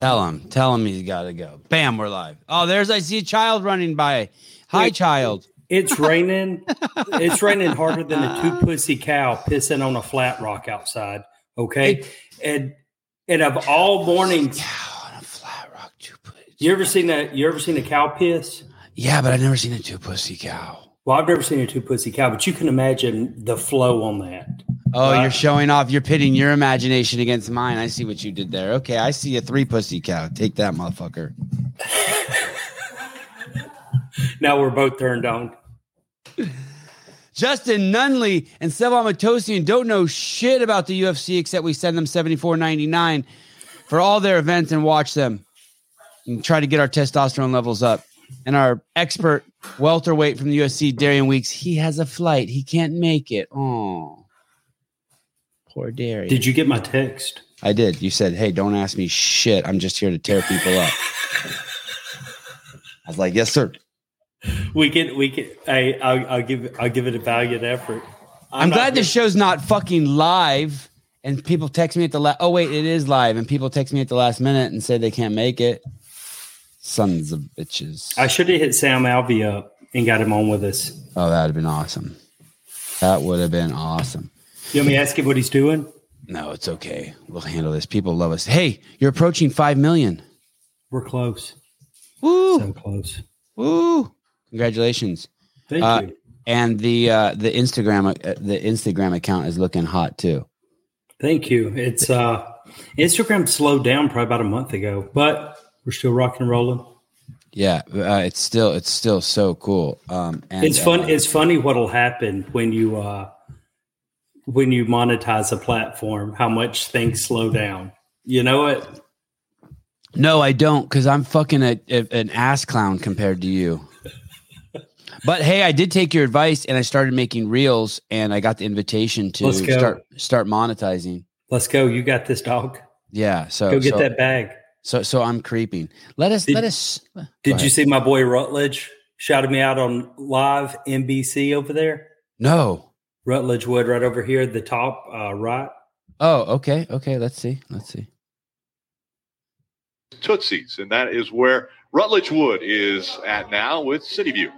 Tell him, tell him he's got to go. Bam, we're live. Oh, there's I see a child running by. Hi, Wait. child. It's raining. it's raining harder than a two pussy cow pissing on a flat rock outside. Okay, and and of all mornings, Cow on a flat rock, two pussy. you ever seen a you ever seen a cow piss? Yeah, but I've never seen a two pussy cow. Well, I've never seen a two pussy cow, but you can imagine the flow on that. Oh, Right. you're showing off. You're pitting your imagination against mine. I see what you did there. Okay, I see a three pussy cow. Take that, motherfucker. Now we're both turned on. Justin Nunley and Sevon Matosian don't know shit about the UFC except we send them seventy four ninety nine for all their events and watch them and try to get our testosterone levels up. And our expert welterweight from the UFC, Darian Weeks, he has a flight. He can't make it. Oh, poor Darian. Did you get my text? I did. You said, "Hey, don't ask me shit. I'm just here to tear people up." I was like, "Yes, sir." We can we can. Hey, I'll, I'll give I'll give it a valued effort. I'm, not glad here- this show's not fucking live. And people text me at the last. Oh wait, it is live. And people text me at the last minute and say they can't make it. Sons of bitches. I should have hit Sam Alvey up and got him on with us. oh, that'd have been awesome. That would have been awesome. You want me to ask him what he's doing? No, it's okay. We'll handle this. People love us. Hey, you're approaching five million. We're close. Woo, So close. woo! Congratulations. Thank Uh, you. And the uh, the Instagram uh, the Instagram account is looking hot too. Thank you. It's uh Instagram slowed down probably about a month ago, but we're still rocking and rolling. Yeah, uh, it's still it's still so cool. Um, and, It's fun. uh, It's funny what'll happen when you uh when you monetize a platform. How much things slow down. You know it. no, I don't, because I'm fucking a, a, an ass clown compared to you. but hey, I did take your advice, and I started making reels, and I got the invitation to Let's go. start start monetizing. Let's go. You got this, dog. Yeah, so Oh, Go get so, that bag. So so I'm creeping. Let us Did- let us. Go Did ahead. you see my boy Rutledge shouted me out on live NBC over there? No. Rutledge Wood, right over here, at the top uh, right. Oh, okay, okay. Let's see. Let's see. Tootsie's, and that is where Rutledge Wood is at now with City View.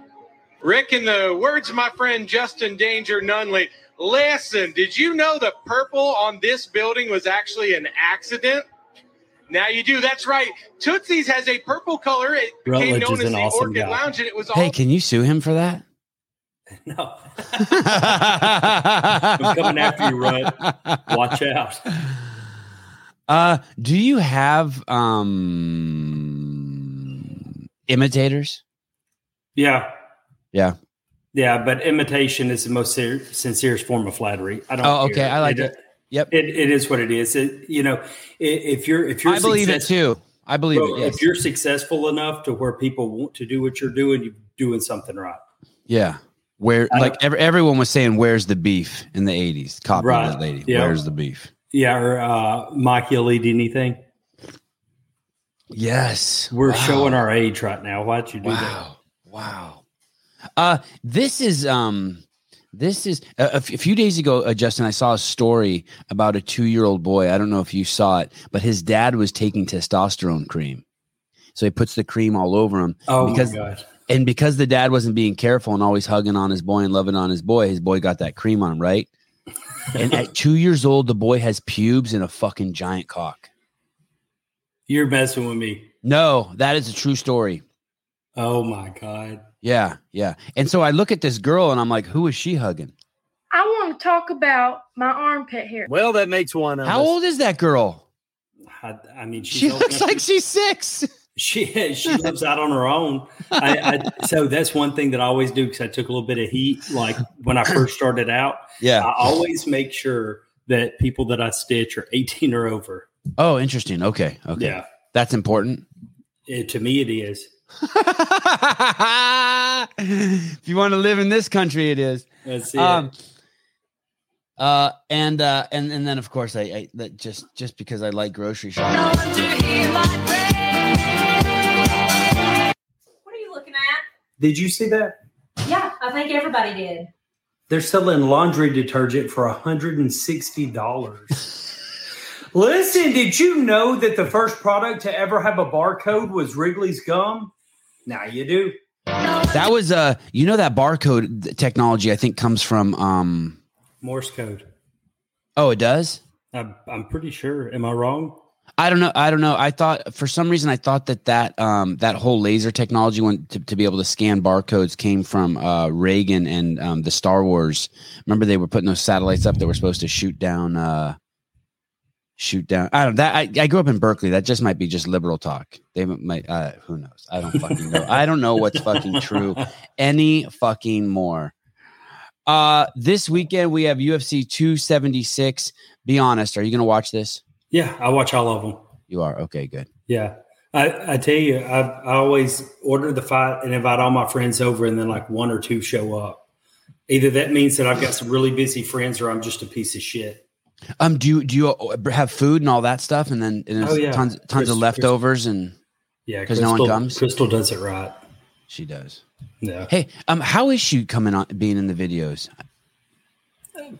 Rick, in the words of my friend Justin Danger Nunley, listen, did you know the purple on this building was actually an accident? Now you do. That's right. Tootsie's has a purple color. It became Rutledge known is as an the awesome Orchid guy. Lounge, and it was Hey, all can you sue him for that? No, I'm coming after you, Rudd. watch out. Uh, do you have um imitators? Yeah. Yeah. Yeah, but imitation is the most ser- sincerest form of flattery. I don't. Oh, care. okay, I like it. Yep. It, it is what it is. It, you know, i- if you're if you're I believe it success- too. I believe bro, it. Yes. If you're successful enough to where people want to do what you're doing, you're doing something right. Yeah. Where I like every, everyone was saying, "Where's the beef?" in the '80s. Copy Right. that lady. Yeah. Where's the beef? Yeah. Or uh, Mike, you'll eat anything. Yes. We're Wow. showing our age right now. Why'd you do that? Wow. Wow. Uh, this is um, this is a, a f- a few days ago, uh, Justin. I saw a story about a two-year-old boy. I don't know if you saw it, but his dad was taking testosterone cream, so he puts the cream all over him. Oh Because- my god. And because the dad wasn't being careful and always hugging on his boy and loving on his boy, his boy got that cream on him, right? and at two years old, the boy has pubes and a fucking giant cock. You're messing with me. No, that is a true story. Oh my god. Yeah, yeah. And so I look at this girl and I'm like, who is she hugging? I want to talk about my armpit hair. Well, that makes one of How us. old is that girl? I, I mean, she's She old looks enough to- like she's six. She she lives out on her own. I, I, so that's one thing that I always do because I took a little bit of heat. Like when I first started out, Yeah. I always make sure that people that I stitch are 18 or over. Oh, interesting. Okay. Okay. Yeah, That's important. It- to me it is. if you want to live in this country, it is. That's it. Um uh and uh and and then of course I, I that just just because I like grocery shopping. What are you looking at? Did you see that? Yeah, I think everybody did. They're selling laundry detergent for $160. Listen, did you know that the first product to ever have a barcode was Wrigley's gum? Now you do. That was uh you know that barcode technology I think comes from um Morse code. oh it does? I'm, I'm pretty sure. Am I wrong? I don't know. I don't know. I thought for some reason I thought that that um, that whole laser technology went to, to be able to scan barcodes came from uh, Reagan and um, the Star Wars. Remember they were putting those satellites up that were supposed to shoot down uh, shoot down. I don't that I, I grew up in Berkeley. That just might be just liberal talk. They might uh, who knows. I don't fucking know. I don't know what's fucking true any fucking more. Uh, this weekend we have UFC 276. Be honest, are you going to watch this? Yeah, I watch all of them. You are. Okay, good. Yeah. I, I tell you, I, I always order the fight and invite all my friends over, and then like one or two show up. Either that means that I've got some really busy friends, or I'm just a piece of shit. Um, do you do you uh, have food and all that stuff, and then and Oh, there's yeah. tons tons of Chris- leftovers, and Yeah, 'Cause no one Crystal- comes? Crystal does it right. she does. Yeah, Hey, um, how is she coming on being in the videos?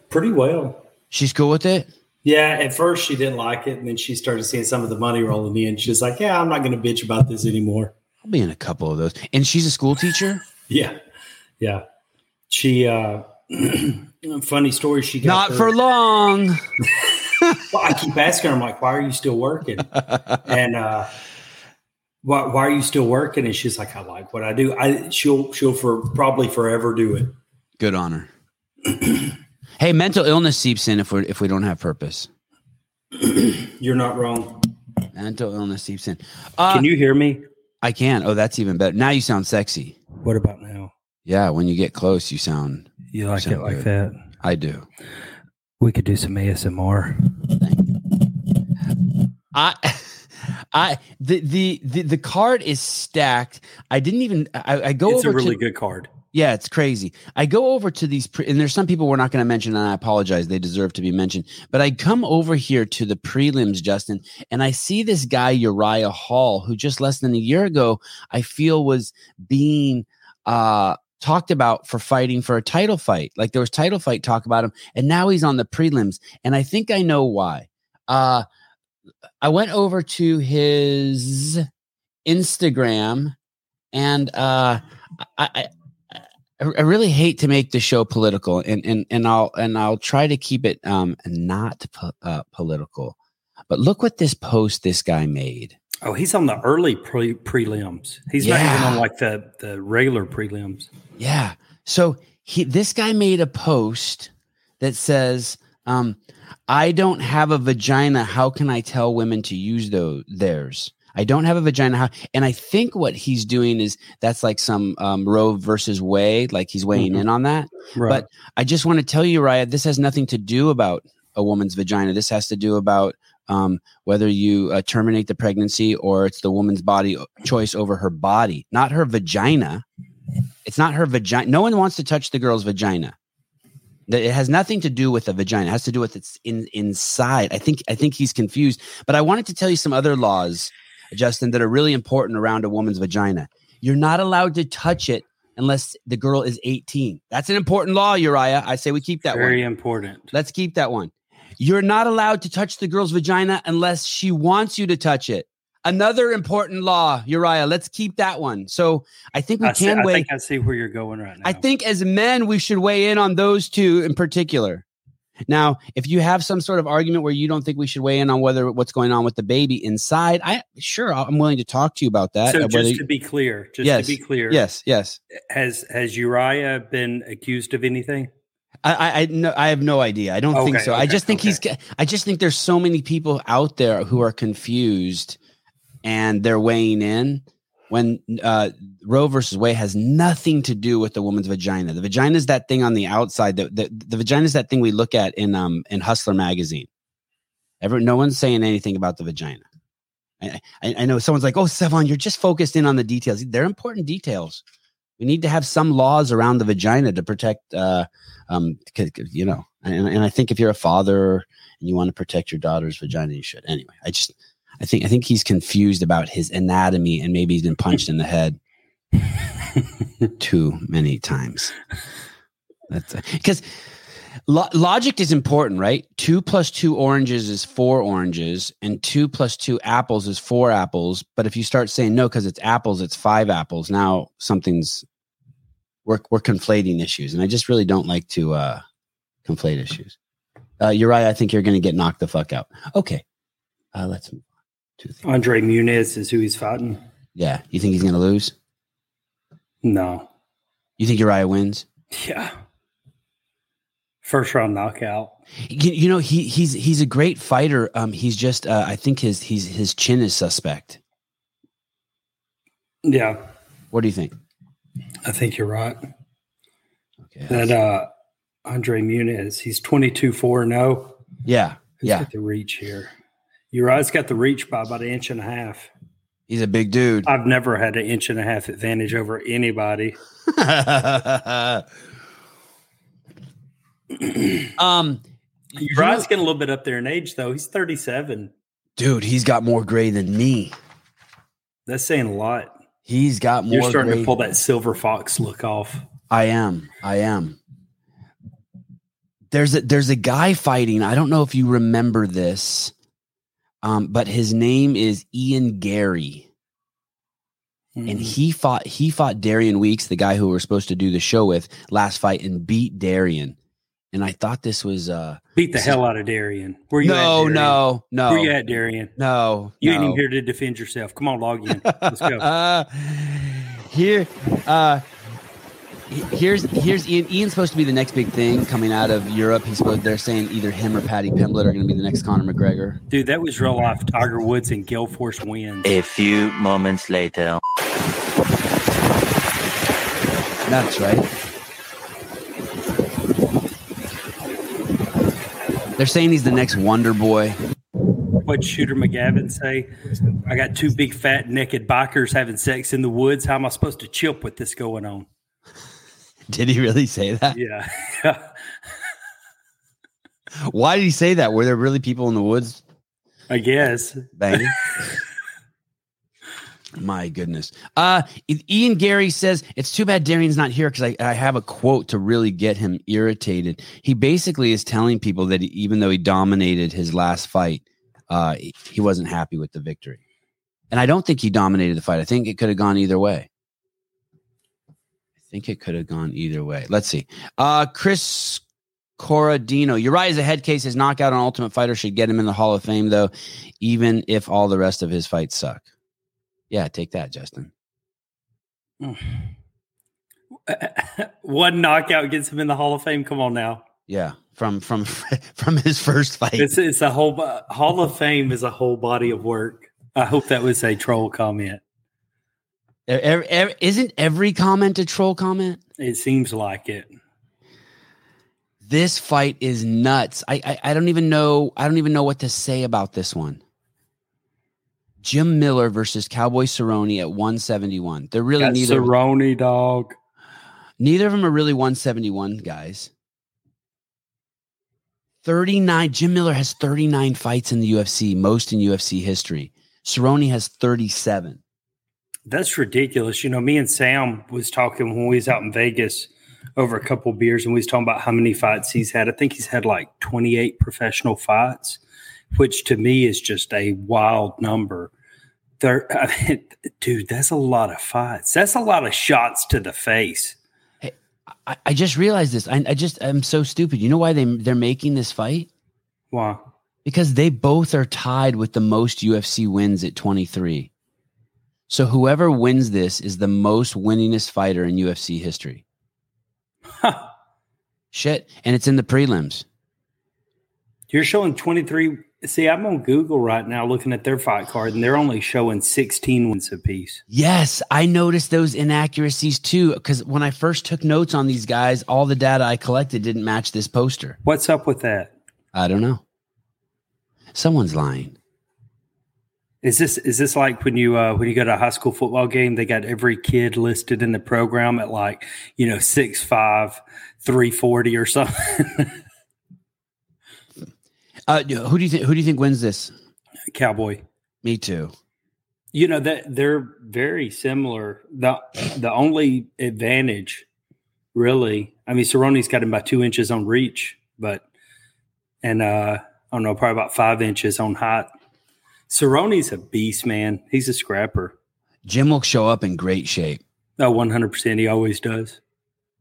pretty well. She's cool with it. Yeah, at first she didn't like it, and then she started seeing some of the money rolling in. She's like, "Yeah, I'm not going to bitch about this anymore." I'll be in a couple of those, and she's a school teacher. Yeah, yeah. She, uh funny story. She Not got her- for long. Well, I keep asking her, I'm like, why are you still working? and uh, why, why are you still working? And she's like, I like what I do. I she'll she'll for probably forever do it. Good on her. hey, mental illness seeps in if we if we don't have purpose. You're not wrong. Mental illness seeps in. Uh, Can you hear me? I can. Oh, that's even better. Now you sound sexy. What about now? Yeah, when you get close, you sound. You like Sound good. that? I do. We could do some ASMR. I, I the, the the the card is stacked. I didn't even. I, I go it's a over really to good card. yeah, it's crazy. I go over to these pre, and there's some people we're not going to mention, and I apologize. They deserve to be mentioned. But I come over here to the prelims, Justin, and I see this guy Uriah Hall, who just less than a year ago I feel was being uh talked about for fighting for a title fight. Like there was title fight talk about him, and now he's on the prelims, and I think I know why. Uh I went over to his Instagram and uh I, I I I really hate to make the show political and and and I'll and I'll try to keep it um not po- uh, political. But look what this post this guy made. Oh, he's on the early pre- prelims. He's not even Yeah. on like the the regular prelims. Yeah. So he this guy made a post that says, um, I don't have a vagina. How can I tell women to use those theirs? I don't have a vagina. How, and I think what he's doing is that's like some um, Roe versus Wade, like he's weighing in on that. Right. I just want to tell you, Raya, this has nothing to do about a woman's vagina. This has to do about um, whether you uh, terminate the pregnancy or it's the woman's body uh, choice over her body, not her vagina. It's not her vagina. No one wants to touch the girl's vagina. That- It has nothing to do with the vagina. It has to do with its in, inside. I think I think he's confused. But I wanted to tell you some other laws, Justin, that are really important around a woman's vagina. You're not allowed to touch it unless the girl is 18. That's an important law, Uriah. I say we keep that one. Very important. Let's keep that one. You're not allowed to touch the girl's vagina unless she wants you to touch it. Another important law, Uriah. Let's keep that one. So I think we I, see, can I weigh. think I see where you're going right now. I think as men, we should weigh in on those two in particular. Now, if you have some sort of argument where you don't think we should weigh in on whether what's going on with the baby inside, I sure I'm willing to talk to you about that. so. uh, whether- Just to be clear, just Yes. to be clear, yes, yes. has has Uriah been accused of anything? I- I I no, I have no idea. I don't think Okay, so. I okay, just think okay. he's. ca- I just think there's so many people out there who are confused, and they're weighing in when uh, Roe versus Wade has nothing to do with the woman's vagina. The vagina is that thing on the outside. The the, the vagina is that thing we look at in um in Hustler magazine. Ever no one's saying anything about the vagina. I, I, I know someone's like, "Oh, Sevon, you're just focused in on the details. They're important details. We need to have some laws around the vagina to protect." Uh, um, c- c- you know, and, and I think if you're a father and you want to protect your daughter's vagina, you should. Anyway, I just, I think, I think he's confused about his anatomy and maybe he's been punched in the head too many times. That's because Lo- logic is important, right? Two plus two oranges is four oranges, and two plus two apples is four apples. But if you start saying no, because it's apples, it's five apples. Now something's we're we're conflating issues, and I just really don't like to uh, conflate issues. Uh, you're right. I think you're going to get knocked the fuck out. Okay, uh, let's move on to the- Andre Muniz is who he's fighting. yeah. You think he's going to lose? No. You think Uriah wins? Yeah. First round knockout. You, you know he he's he's a great fighter. Um, he's just uh, I think his he's his chin is suspect. Yeah. What do you think? I think you're right. Okay. That uh Andre Muniz, he's 22 4 0. yeah, oh. He's yeah. got the reach here. Uriah's got the reach by about an inch and a half. He's a big dude. I've never had an inch and a half advantage over anybody. Uh, um, you Uriah's know- getting a little bit up there in age, though. He's 37. dude, he's got more gray than me. That's saying a lot. He's got more. You're starting gray- to pull that silver fox look off. I am. I am. There's a there's a guy fighting. I don't know if you remember this, um, but his name is Ian Gary. Mm-hmm. and he fought he fought Darian Weeks, the guy who we're supposed to do the show with last fight, and beat Darian. And I thought this was uh Beat the hell out of Darian. Where you at, no, Darian? no, no, Where you at, Darian? no, You no. ain't even here to defend yourself. Come on, log in. Let's go. Uh, here, uh, he- here's here's Ian. Ian's supposed to be the next big thing coming out of Europe. He's supposed they're saying either him or Patty Pimblett are going to be the next Conor McGregor. Dude, that was real life Tiger Woods and Gale Force wins. A few moments later. Nuts, right? They're saying he's the next Wonder Boy. What Shooter McGavin say? I got two big fat naked bikers having sex in the woods. How am I supposed to chip with this going on? Did he really say that? Yeah. Why did he say that? Were there really people in the woods I guess. banging? My goodness. Uh, I- Ian Gary says it's too bad Darian's not here because I, I have a quote to really get him irritated. He basically is telling people that even though he dominated his last fight, uh, he- he wasn't happy with the victory. And I don't think he dominated the fight. I think it could have gone either way. I think it could have gone either way. Let's see. Uh, Chris Corradino. Uriah's a head case. His knockout on Ultimate Fighter should get him in the Hall of Fame, though, even if all the rest of his fights suck. Yeah, take that, Justin. One knockout gets him in the Hall of Fame. Come on now. Yeah, from from from his first fight. It's it's a whole bo- Hall of Fame is a whole body of work. I hope that was a troll comment. E-, Ev- ev- isn't every comment a troll comment? It seems like it. This fight is nuts. I, I I don't even know. I don't even know what to say about this one. Jim Miller versus Cowboy Cerrone at 171. They're really Got neither. Cerrone dog. Neither of them are really 171 guys. 39. Jim Miller has 39 fights in the UFC, most in UFC history. Cerrone has 37. That's ridiculous. You know, me and Sam was talking when we was out in Vegas over a couple beers, and we was talking about how many fights he's had. I think he's had like twenty eight professional fights, which to me is just a wild number. There, I mean, dude, that's a lot of fights. That's a lot of shots to the face. I, I just realized this. I, I just I'm so stupid. You know why they they're making this fight? Wow. Because they both are tied with the most UFC wins at 23. So whoever wins this is the most winningest fighter in UFC history. Huh. Shit. And it's in the prelims. You're showing 23. See, I'm on Google right now looking at their fight card, and they're only showing 16 wins apiece. Yes, I noticed those inaccuracies too. Because when I first took notes on these guys, all the data I collected didn't match this poster. What's up with that? I don't know. Someone's lying. Is this is this like when you uh, when you go to a high school football game? They got every kid listed in the program at like you know six five, three forty or something. Uh, who do you think? Who do you think wins this? Cowboy. Me too. You know that they're very similar. the The only advantage, really, I mean, Cerrone's got him by two inches on reach. but and uh, I don't know, probably about five inches on height. Cerrone's a beast, man. He's a scrapper. Jim will show up in great shape. Oh, 100%. He always does.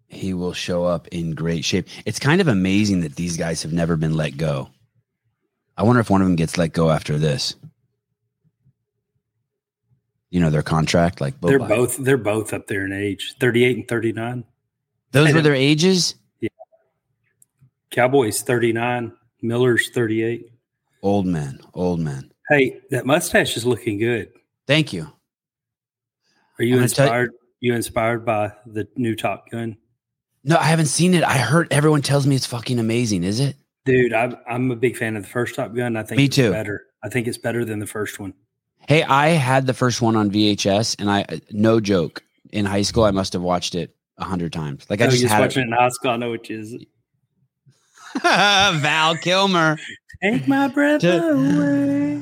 He will show up in great shape. It's kind of amazing that these guys have never been let go. I wonder if one of them gets let go after this. You know their contract, like they're Boba. both they're both up there in age, 38 and 39. Those were their ages. Cowboys 39, Miller's 38. Old men, old men. Hey, that mustache is looking good. Thank you. Are I'm you gonna tell- inspired? You inspired by the new Top Gun? No, I haven't seen it. I heard everyone tells me it's fucking amazing. Is it? Dude, I'm I'm a big fan of the first Top Gun. I think Me it's too. better. I think it's better than the first one. Hey, I had the first one on VHS, and I no joke. In high school, I must have watched it a hundred times. Like I I was just Oh, just had it. watching it in high school. I know which is Val Kilmer. Take My Breath Away.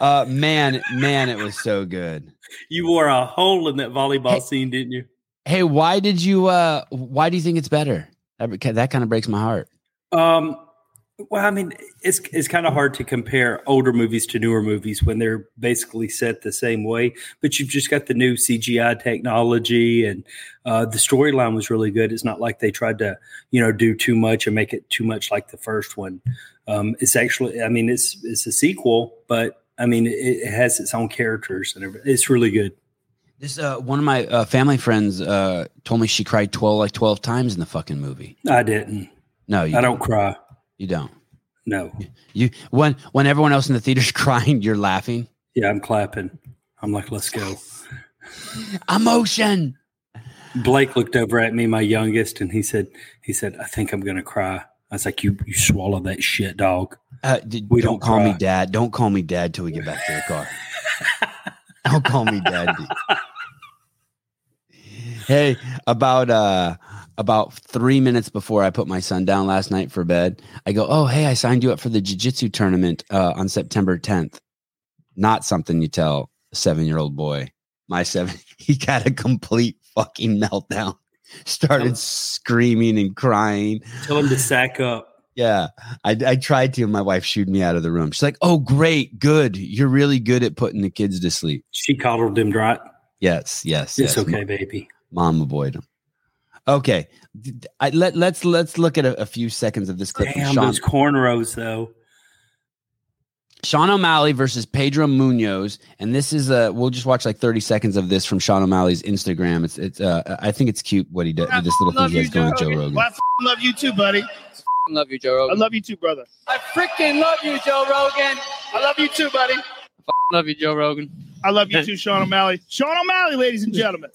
Uh, man, man, it was so good. You wore a hole in that volleyball Hey. scene, didn't you? Hey, why did you? Uh, why do you think it's better? That, that kind of breaks my heart. Um, well, I mean, it's it's kind of hard to compare older movies to newer movies when they're basically set the same way. But you've just got the new CGI technology, and uh, the storyline was really good. It's not like they tried to, you know, do too much and make it too much like the first one. Um, it's actually, I mean, it's it's a sequel, but I mean, it, it has its own characters and everything. It's really good. This uh, one of my uh, family friends uh, told me she cried twelve like twelve times in the fucking movie. I didn't. No, you I don't cry. You don't. No. You when when everyone else in the theater's crying, you're laughing. Yeah, I'm clapping. I'm like, let's go. Emotion. Blake looked over at me, my youngest, and he said, "He said, I think I'm gonna cry." I was like, "You, you swallow that shit, dog." Uh, d- We don't, don't call me cry. dad. Don't call me dad till we get back to the car. don't call me dad. dude. hey, about uh about three minutes before I put my son down last night for bed, I go, "Oh, hey, I signed you up for the jiu-jitsu tournament uh, on September 10th." Not something you tell a seven-year-old boy. My seven, he got a complete fucking meltdown. Started screaming and crying. Tell him to sack up. Yeah, I, I tried to. and My wife shooed me out of the room. She's like, "Oh, great, good. You're really good at putting the kids to sleep." She coddled him right. Yes, yes, yes. It's okay, baby. Mom, avoid them. Okay, D- d- I, let let's let's look at a, a few seconds of this clip. from Damn Sean, those cornrows, though. Sean O'Malley versus Pedro Munoz, and this is uh we'll just watch like 30 seconds of this from Sean O'Malley's Instagram. It's it's uh I think it's cute what he does. This little thing he has going with Joe Rogan. Well, I f***ing love you too, buddy. love you, Joe I Rogan. love you too, brother. I freaking love you, Joe Rogan. I love you too, buddy. Love you, Joe Rogan. I love you too, Sean O'Malley. Sean O'Malley, ladies and gentlemen.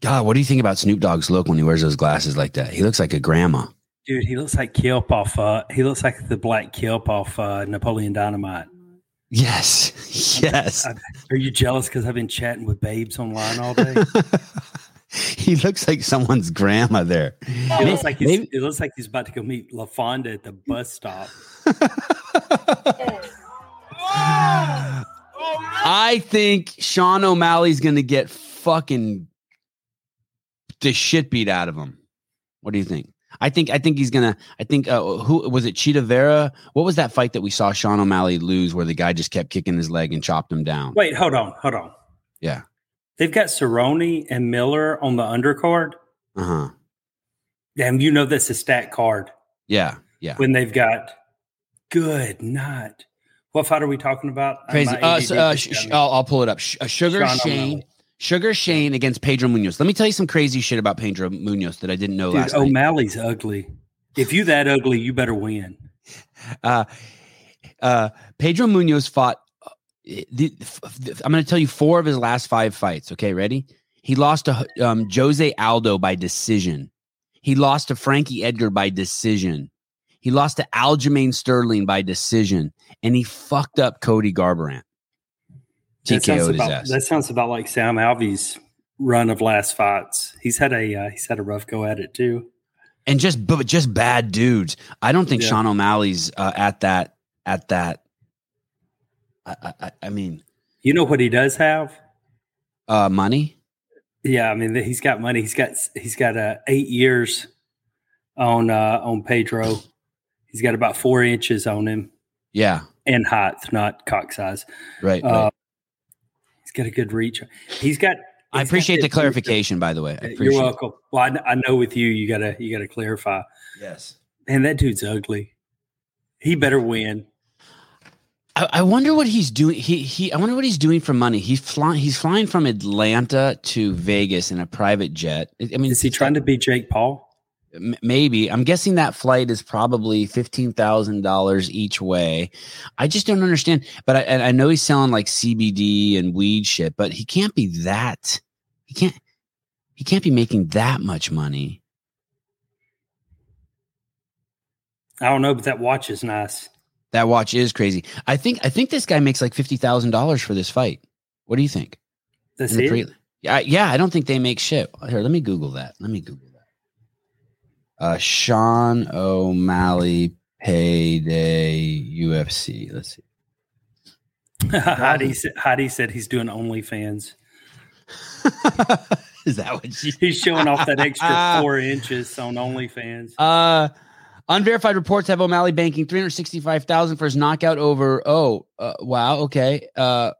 God, what do you think about Snoop Dogg's look when he wears those glasses like that? He looks like a grandma. Dude, he looks like Kelp off. Uh, he looks like the black Kelp off uh, Napoleon Dynamite. Yes, yes. Are you jealous because I've been chatting with babes online all day? he looks like someone's grandma there. It looks like he's, Maybe- it looks like he's about to go meet LaFonda at the bus stop. I think Sean O'Malley's going to get fucking the shit beat out of him. What do you think? I think I think he's gonna. I think uh, who was it? Cheetah Vera. What was that fight that we saw Sean O'Malley lose, where the guy just kept kicking his leg and chopped him down? Wait, hold on, hold on. Yeah. They've got Cerrone and Miller on the undercard. Uh huh. Damn, you know that's a stat card Yeah. Yeah. when they've got good night. What fight are we talking about? Crazy. My Uh, ADD so, uh, just sh- got sh- me. I'll, I'll pull it up. Sh- uh, Sugar Sean Shane. O'Malley. Sugar Shane against Pedro Munoz. Let me tell you some crazy shit about Pedro Munoz that I didn't know Dude, oh last night. O'Malley's ugly. If you that ugly, you better win. uh, uh, Pedro Munoz fought. uh, The, f- f- I'm going to tell you four of his last five fights. Okay, ready? He lost to um, Jose Aldo by decision. He lost to Frankie Edgar by decision. He lost to Aljamain Sterling by decision, and he fucked up Cody Garbrandt. That sounds, TKO'd his about, ass. that sounds about like Sam Alvey's run of last fights. He's had a uh, he's had a rough go at it too. and just but just bad dudes. I don't think Yeah. Sean O'Malley's uh, at that at that. I I, I- I mean, You know what he does have? uh, money. Yeah, I mean he's got money. He's got he's got uh, eight years on uh, on Pedro. He's got about four inches on him Yeah. in height, not cock size. Right. right. Uh, he's got a good reach. He's got. I he's got appreciate good the reach. clarification, by the way. I appreciate You're welcome. Well, I, kn- I know with you, you gotta you gotta clarify. it. Yes. Man, that dude's ugly. He better win. I, I wonder what he's doing. He he. I wonder what he's doing for money. He's flying. He's flying from Atlanta to Vegas in a private jet. I I mean, Is he trying to be Jake Paul? M- maybe i'm guessing that flight is probably $15000 each way i just don't understand but I, and I know he's selling like cbd and weed shit but he can't be that he can't he can't be making that much money I don't know, but that watch is nice. that watch is crazy i think i think this guy makes like $50000 for this fight what do you think That's In the it. pre- yeah, I- yeah, I don't think they make shit. Here, let me Google that. Let me Google that. Uh, Sean O'Malley payday UFC. Let's see. Heidi, said, Heidi said he's doing OnlyFans. Is that what she? He's showing off that extra four inches on OnlyFans. Uh, unverified reports have O'Malley banking three hundred sixty-five thousand for his knockout over. Oh, uh, wow. Okay. Uh,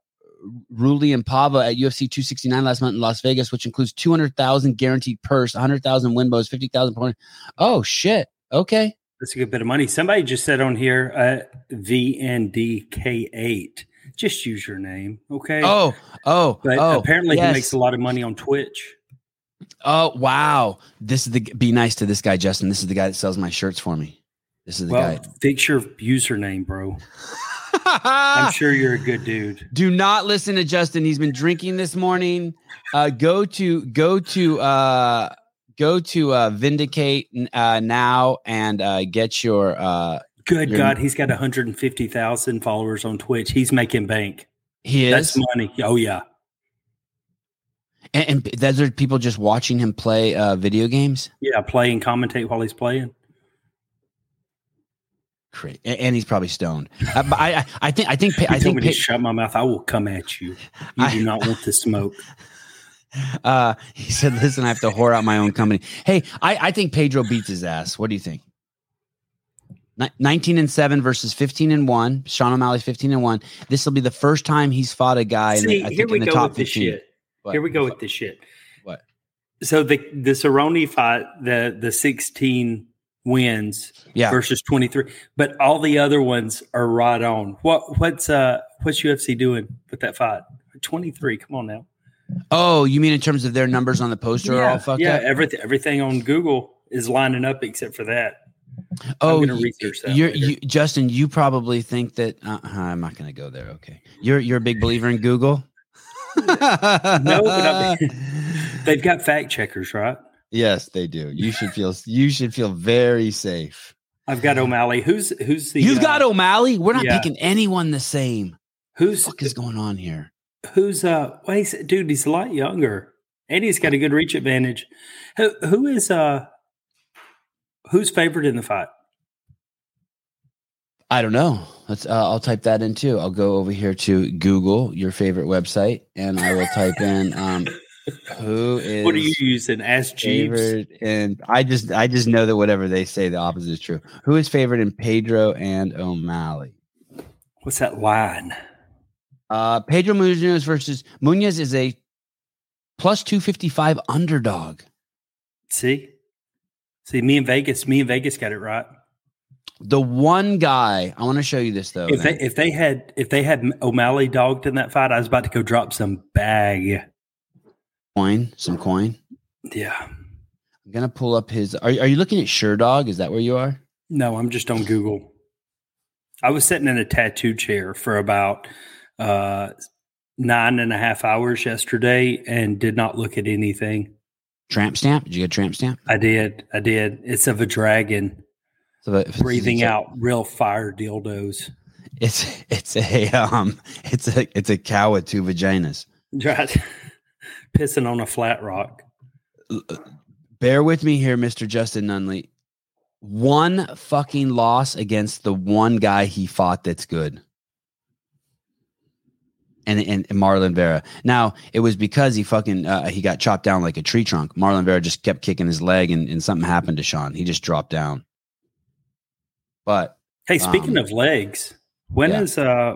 Ruli and Pava at UFC 269 last month in Las Vegas, which includes 200,000 guaranteed purse, 100,000 Winbows, 50,000 points. Oh shit. Okay. That's a good bit of money. Somebody just said on here, uh, VNDK8. Just use your name, okay? Oh, oh, but oh, apparently yes. he makes a lot of money on Twitch. Oh, wow. This is the be nice to this guy, Justin. This is the guy that sells my shirts for me. This is the well, guy. fix your username, bro. Ah. I'm sure you're a good dude. Do not listen to Justin. He's been drinking this morning. Uh, go to go to uh, go to uh, vindicate uh, now and uh, get your uh, Good You're- God, he's got 150,000 followers on Twitch. He's making bank. he is That's money. Oh, yeah. and, and those are people just watching him play uh, video games. Yeah, play and commentate while he's playing. Great, and, and he's probably stoned. Uh, but I, I I think I think You I told think me to shut my mouth. I will come at you. You I- do not want the smoke. Uh, he said, "Listen, I have to whore out my own company." Hey, I, I think Pedro beats his ass. What do you think? Ni- Nineteen and seven versus fifteen and one. Sean O'Malley fifteen and one. This will be the first time he's fought a guy. in, See, the- I think here we in the go top with this 15. shit. What? Here we go with this shit. What? So the the Cerrone fight, the the sixteen wins Yeah. versus twenty three, but all the other ones are right on. What what's uh what's UFC doing with that fight? Twenty three. Come on now. Oh, you mean in terms of their numbers on the poster are all fucked yeah. up? Everything everything on Google is lining up except for that. Oh, gonna you- research that You're, later. you, Justin, you probably think that uh, I'm not going to go there. Okay, you're you're a big believer in Google. no, I They've got fact checkers, right? Yes, they do. You should feel you should feel very safe. I've got O'Malley. Who's who's the You've uh, got O'Malley. We're not yeah. picking anyone the same. who's What is going on here? who's uh well, he's, dude he's a lot younger and he's got a good reach advantage who who is uh who's favored in the fight I don't know. Let's. Uh, I'll type that in too. I'll go over here to Google your favorite website, and I will type in um, who is what are you using ask jeeves favored. And I just, I just know that whatever they say, the opposite is true. Who is favored in Pedro and O'Malley? what's that line Uh, Pedro Munoz versus Munoz is a plus two fifty five underdog. see see me and vegas me and vegas got it right The one guy I want to show you this though. if they man. if they had if they had o'malley dogged in that fight i was about to go drop some bag coin, some coin. yeah I'm gonna pull up his. Are, are you looking at Sure Dog? Is that where you are? no i'm just on google i was sitting in a tattoo chair for about uh nine and a half hours yesterday and did not look at anything Tramp stamp. Did you get a tramp stamp? I did. I did. It's of a dragon So that- breathing it's a- out real fire dildos. It's it's a um it's a it's a cow with two vaginas. Right. Pissing on a flat rock. Bear with me here, Mister Justin Nunley. One fucking loss against the one guy he fought that's good. and, and, and Marlon Vera. Now it was because he fucking uh, he got chopped down like a tree trunk. Marlon Vera just kept kicking his leg, and, and something happened to Sean. He just dropped down. But Hey, speaking Um, of legs, when yeah. is uh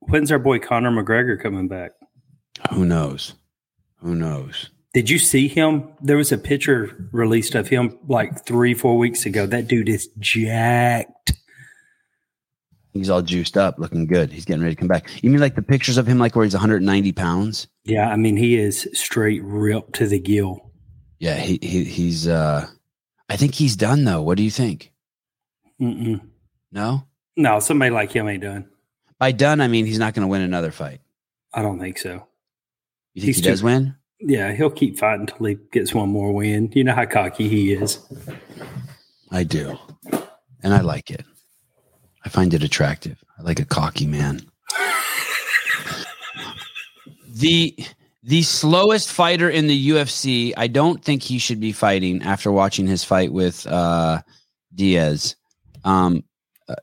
when's our boy Conor McGregor coming back? who knows? Who knows? Did you see him? There was a picture released of him like three, four weeks ago. That dude is jacked. He's all juiced up, looking good. He's getting ready to come back. You mean like the pictures of him, like where he's 190 pounds? Yeah, I mean he is straight ripped to the gill. Yeah, he, he he's. uh I think he's done though. What do you think? Mm-mm. No, No, somebody like him ain't done. by done I mean he's not going to win another fight. I don't think so. You think He's he does too- win? Yeah, he'll keep fighting till he gets one more win. You know how cocky he is. I do. And I like it. I find it attractive. I like a cocky man. the the slowest fighter in the UFC, I don't think he should be fighting after watching his fight with uh Diaz. Um uh,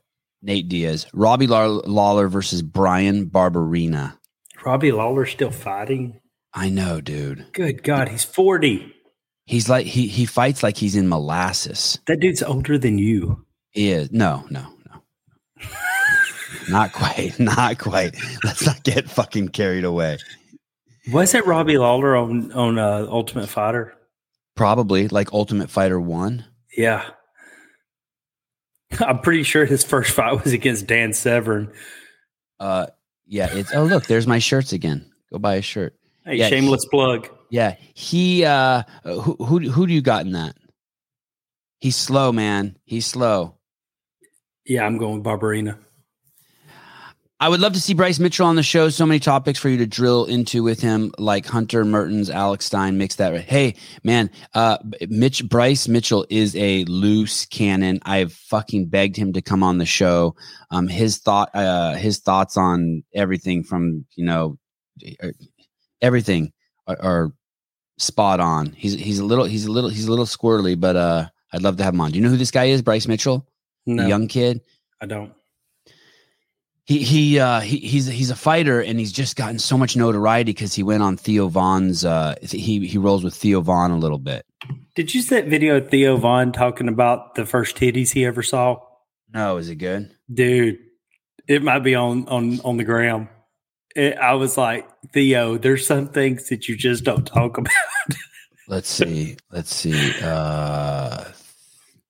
Nate Diaz, Robbie Law- Lawler versus Brian Barberina. Robbie Lawler still fighting. I know, dude. Good God, he's forty. He's like he he fights like he's in molasses. That dude's older than you. He is. No, no, no. not quite. Not quite. Let's not get fucking carried away. Was it Robbie Lawler on on uh, Ultimate Fighter? Probably like Ultimate Fighter 1. Yeah. I'm pretty sure his first fight was against Dan Severn. Uh yeah, it's oh look, there's my shirts again. Go buy a shirt. Hey, Yeah, shameless plug. Yeah. He uh who who who do you got in that? He's slow, man. He's slow. Yeah, I'm going with Barbarina. I would love to see Bryce Mitchell on the show. So many topics for you to drill into with him, like Hunter Mertens, Alex Stein, mix that. Right. Hey, man, uh, Mitch Bryce Mitchell is a loose cannon. I've fucking begged him to come on the show. Um, his thought, uh, his thoughts on everything from you know, er, everything are, are spot on. He's he's a little he's a little he's a little squirrely, but uh, I'd love to have him on. Do you know who this guy is? Bryce Mitchell, No, the young kid I don't. he he uh he, he's he's a fighter and he's just gotten so much notoriety because he went on Theo Vaughn's uh he he rolls with Theo Vaughn a little bit. Did you see that video of Theo Vaughn talking about the first titties he ever saw? No, is it good? Dude, it might be on on on the gram. It, I was like, Theo, there's some things that you just don't talk about. Let's see. Let's see. Uh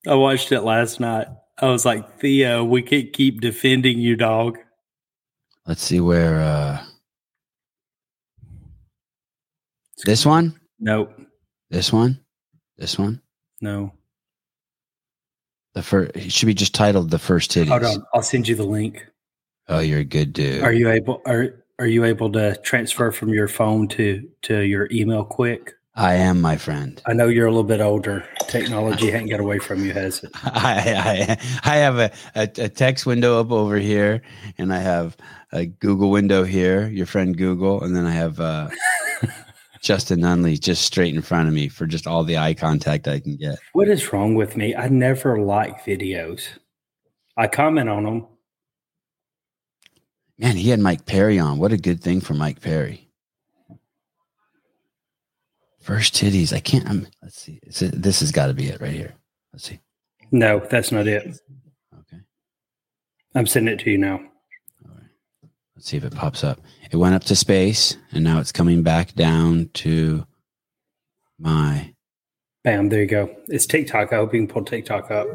I watched it last night. I was like, Theo, we can't keep defending you, dog. let's see where uh this one? Nope. This one? This one? No. The first it should be just titled The First Titties. Hold on. I'll send you the link. Oh, you're a good dude. Are you able are are you able to transfer from your phone to to your email quick? I am my friend. I know you're a little bit older. Technology hadn't got away from you, has it? I, I, I have a, a, a text window up over here, and I have a Google window here, your friend Google, and then I have uh, Justin Nunley just straight in front of me for just all the eye contact I can get. What is wrong with me? I never like videos. I comment on them. Man, he had Mike Perry on. What a good thing for Mike Perry. First titties. I can't. I'm, let's see. Is it- this has got to be it right here. Let's see. No, that's not it. Okay. I'm sending it to you now. Let's see if it pops up. It went up to space and now it's coming back down to my. Bam, there you go. It's TikTok. I hope you can pull TikTok up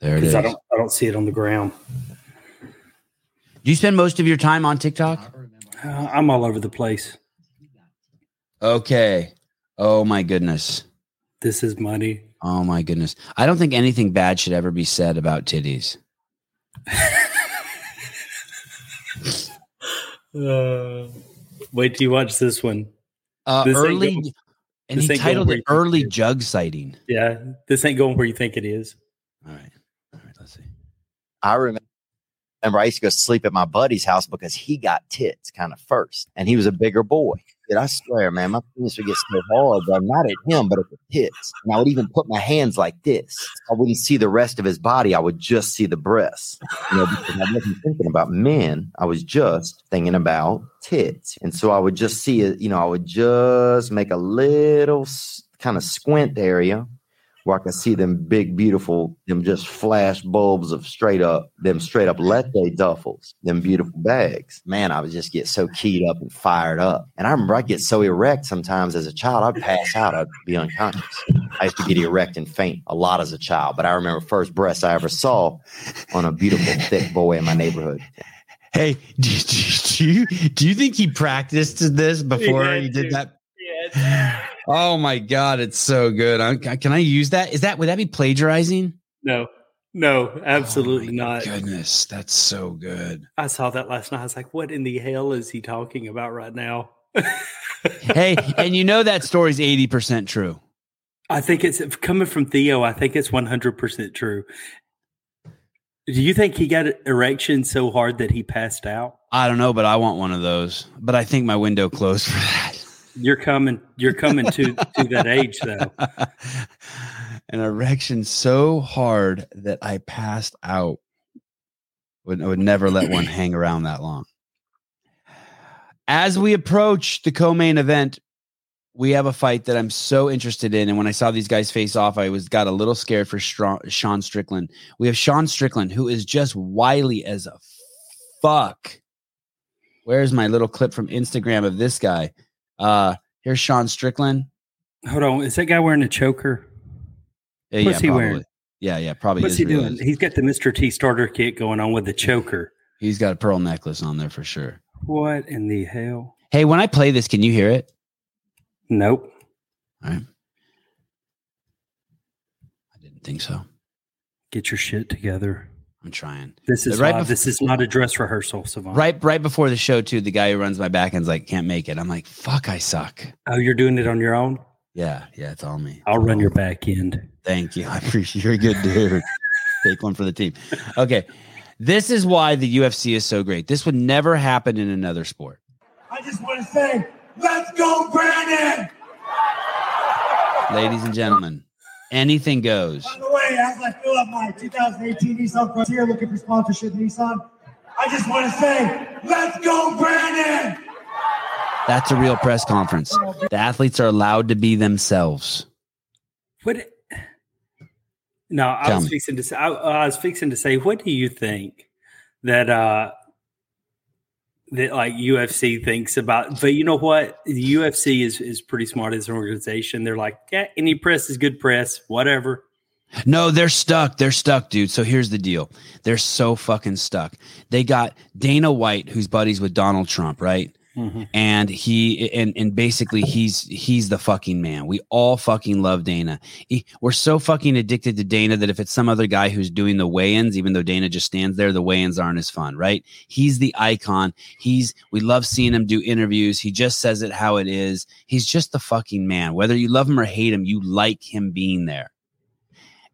There it because is. I don't I don't see it on the ground. Do you spend most of your time on TikTok? Uh, I'm all over the place. Okay. Oh my goodness. This is money. Oh my goodness. I don't think anything bad should ever be said about titties. Uh, wait till you watch this one. Uh, This ain't early, going- and this he ain't going titled where it you think "Early it is. Jug Sighting." Yeah, this ain't going where you think it is. All right, all right. Let's see. I remember Remember, I used to go sleep at my buddy's house because he got tits kind of first, and he was a bigger boy. Dude, I swear, man, my penis would get so hard, bro. Not at him, but at the tits. And I would even put my hands like this. I wouldn't see the rest of his body. I would just see the breasts. You know, because I wasn't thinking about men. I was just thinking about tits. And so I would just see it, you know, I would just make a little kind of squint area where I could see them big, beautiful, them just flash bulbs of straight up, them straight up leche duffels, them beautiful bags. Man, I would just get so keyed up and fired up. And I remember I'd get so erect sometimes as a child, I'd pass out, I'd be unconscious. I used to get erect and faint a lot as a child, but I remember first breasts I ever saw on a beautiful, thick boy in my neighborhood. Hey, do, do, do you do you think he practiced this before had he did to. that? Oh my god, it's so good. i can I use that? Is that would that be plagiarizing? No, no, Oh absolutely my not. Goodness, that's so good. I saw that last night. I was like, what in the hell is he talking about right now? Hey, and you know that story's eighty percent true. I think it's coming from Theo. I think it's 100% true. Do you think he got an erection so hard that he passed out? I don't know, but I want one of those. But I think my window closed for that. You're coming, you're coming to, to that age though. An erection so hard that I passed out. Would, I would never let one hang around that long. As we approach the co main event, we have a fight that I'm so interested in. And when I saw these guys face off, I was got a little scared for Stra- Sean Strickland. We have Sean Strickland, who is just wily as a fuck. Where's my little clip from Instagram of this guy? Uh, here's Sean Strickland. Hold on. Is that guy wearing a choker? Yeah, What's yeah, he probably. wearing? Yeah, yeah, probably. What's is he real. doing? He's got the Mr. T starter kit going on with the choker. He's got a pearl necklace on there for sure. What in the hell? Hey, when I play this, can you hear it? Nope. I didn't think so. Get your shit together. I'm trying. This is Right live. bef- this is not a dress rehearsal, Savant. Right, right before the show, too. The guy who runs my back end's like, can't make it. I'm like, fuck, I suck. Oh, you're doing it on your own? Yeah, yeah, it's all me. I'll run your back end. Thank you. I appreciate you're a good dude. Take one for the team. Okay, this is why the UFC is so great. This would never happen in another sport. I just want to say, let's go, Brandon! Ladies and gentlemen, anything goes. By the way, as I fill up my 2018 Nissan Frontier looking for sponsorship, Nissan, I just want to say, let's go, Brandon! That's a real press conference. The athletes are allowed to be themselves. What? No, I Tell was me. fixing to say. I, I was fixing to say. What do you think that uh that like UFC thinks about? But you know what? The UFC is is pretty smart as an organization. They're like, yeah, any press is good press, whatever. No, they're stuck. They're stuck, dude. So here's the deal. They're so fucking stuck. They got Dana White, who's buddies with Donald Trump, right? And he and and basically he's he's the fucking man. We all fucking love Dana. He- we're so fucking addicted to Dana that if it's some other guy who's doing the weigh-ins, even though Dana just stands there, the weigh-ins aren't as fun, right? He's the icon. He's we love seeing him do interviews. He just says it how it is. He's just the fucking man. Whether you love him or hate him, you like him being there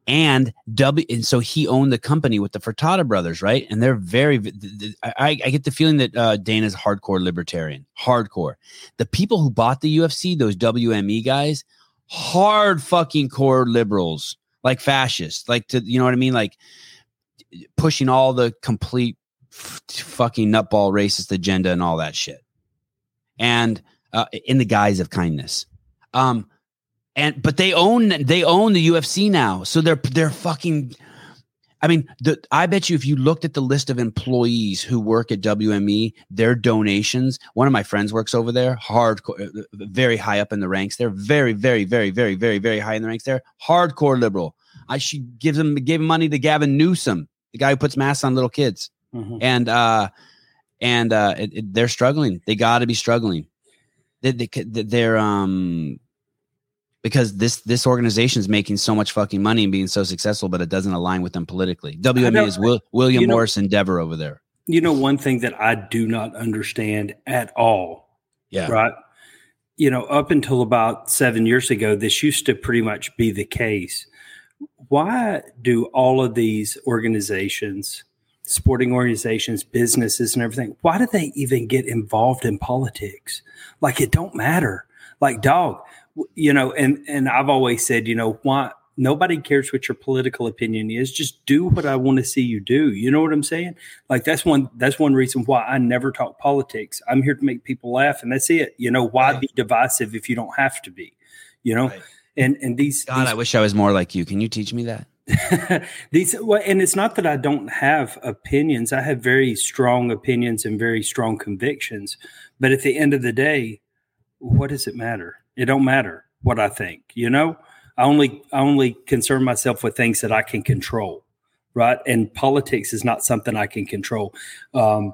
and W. And so he owned the company with the Furtado brothers, right? And they're very. th- th- I, I get the feeling that uh, Dana's hardcore libertarian, hardcore. The people who bought the UFC, those WME guys, hard fucking core liberals, like fascists, like to you know what I mean, like pushing all the complete f- fucking nutball racist agenda and all that shit, and uh, in the guise of kindness. Um, and but they own they own the UFC now, so they're they're fucking. I mean, the, I bet you if you looked at the list of employees who work at WME, their donations. One of my friends works over there, hardcore, very high up in the ranks. They're very, very, very, very, very, very high in the ranks. There, hardcore liberal. I she gives them gave money to Gavin Newsom, the guy who puts masks on little kids, Mhm. and uh, and uh, it, it- they're struggling. They got to be struggling. They, they, they're um because this this organization is making so much fucking money and being so successful, but it doesn't align with them politically. WME know- is Will, William you know- Morris Endeavor over there. You know, one thing that I do not understand at all Yeah, right? You know, up until about seven years ago, this used to pretty much be the case. Why do all of these organizations sporting organizations, businesses, and everything. Why do they even get involved in politics? Like it don't matter. Like dog, w- you know. And and I've always said, you know, why nobody cares what your political opinion is. Just do what I want to see you do. You know what I'm saying? Like that's one that's one reason why I never talk politics. I'm here to make people laugh, and that's it. You know, why be divisive if you don't have to be? You know. And and these God, I wish I was more like you. Can you teach me that? these well, and it's not that I don't have opinions. I have very strong opinions and very strong convictions. But at the end of the day, what does it matter? It don't matter what I think, you know? I only I only concern myself with things that I can control, right? And politics is not something I can control. Um,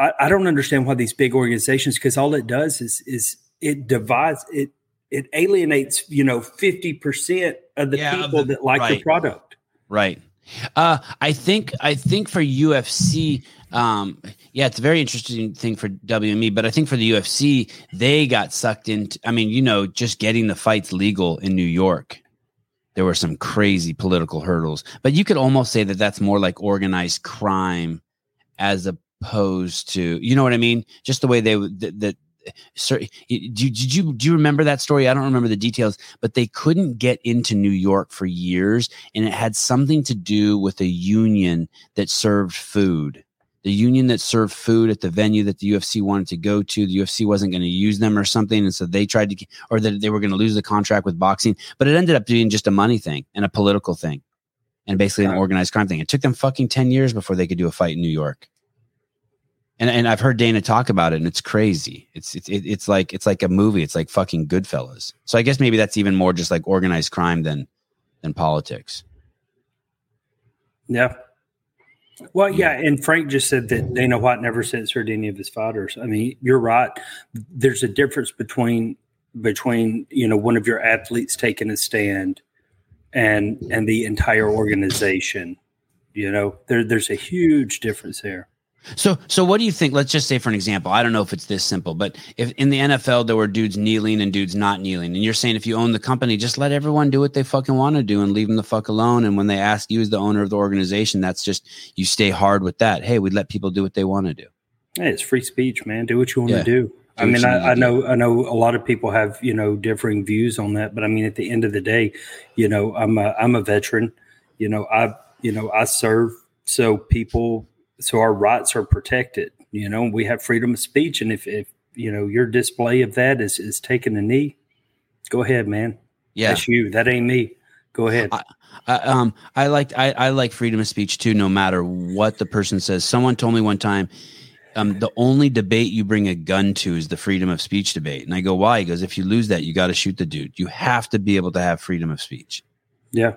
I, I don't understand why these big organizations, because all it does is is it divides it it alienates, you know, fifty percent of the Yeah, of people the- that like the right. product. Right. Uh, I think I think for UFC, um, yeah, it's a very interesting thing for WME, but I think for the UFC, they got sucked into. I mean, you know, just getting the fights legal in New York, there were some crazy political hurdles. But you could almost say that that's more like organized crime, as opposed to you know what I mean. Just the way they would- that. that Sir, did you, did you do you remember that story? I don't remember the details, but they couldn't get into New York for years, and it had something to do with a union that served food. The union that served food at the venue that the UFC wanted to go to, the UFC wasn't going to use them or something, and so they tried to, or that they were going to lose the contract with boxing. But it ended up being just a money thing and a political thing, and basically an organized crime thing. It took them fucking ten years before they could do a fight in New York and and I've heard Dana talk about it, and it's crazy. It's it's it, it's like it's like a movie. It's like fucking Goodfellas. So I guess maybe that's even more just like organized crime than than politics. Yeah. Well, yeah, and Frank just said that Dana White never censored any of his fighters. I mean, you're right. There's a difference between between you know one of your athletes taking a stand and and the entire organization. You know, there there's a huge difference there. So so what do you think? Let's just say for an example, I don't know if it's this simple, but if in the NFL there were dudes kneeling and dudes not kneeling, and you're saying if you own the company, just let everyone do what they fucking want to do and leave them the fuck alone. And when they ask you as the owner of the organization, that's just you stay hard with that. Hey, we let people do what they want to do. Hey, it's free speech, man. Do what you want Yeah. to do. I Do what mean, you I, wanna I know, I know a lot of people have you know differing views on that, but I mean, at the end of the day, you know, I'm a I'm a veteran. You know, I you know I serve so people so our rights are protected. You know, we have freedom of speech, and if if you know your display of that is is taking a knee, go ahead, man. Yeah. that's you. That ain't me. Go ahead. I, um, I like I, I like freedom of speech too, no matter what the person says. Someone told me one time, um, the only debate you bring a gun to is the freedom of speech debate. And I go, why? He goes, if you lose that, you got to shoot the dude. You have to be able to have freedom of speech. yeah,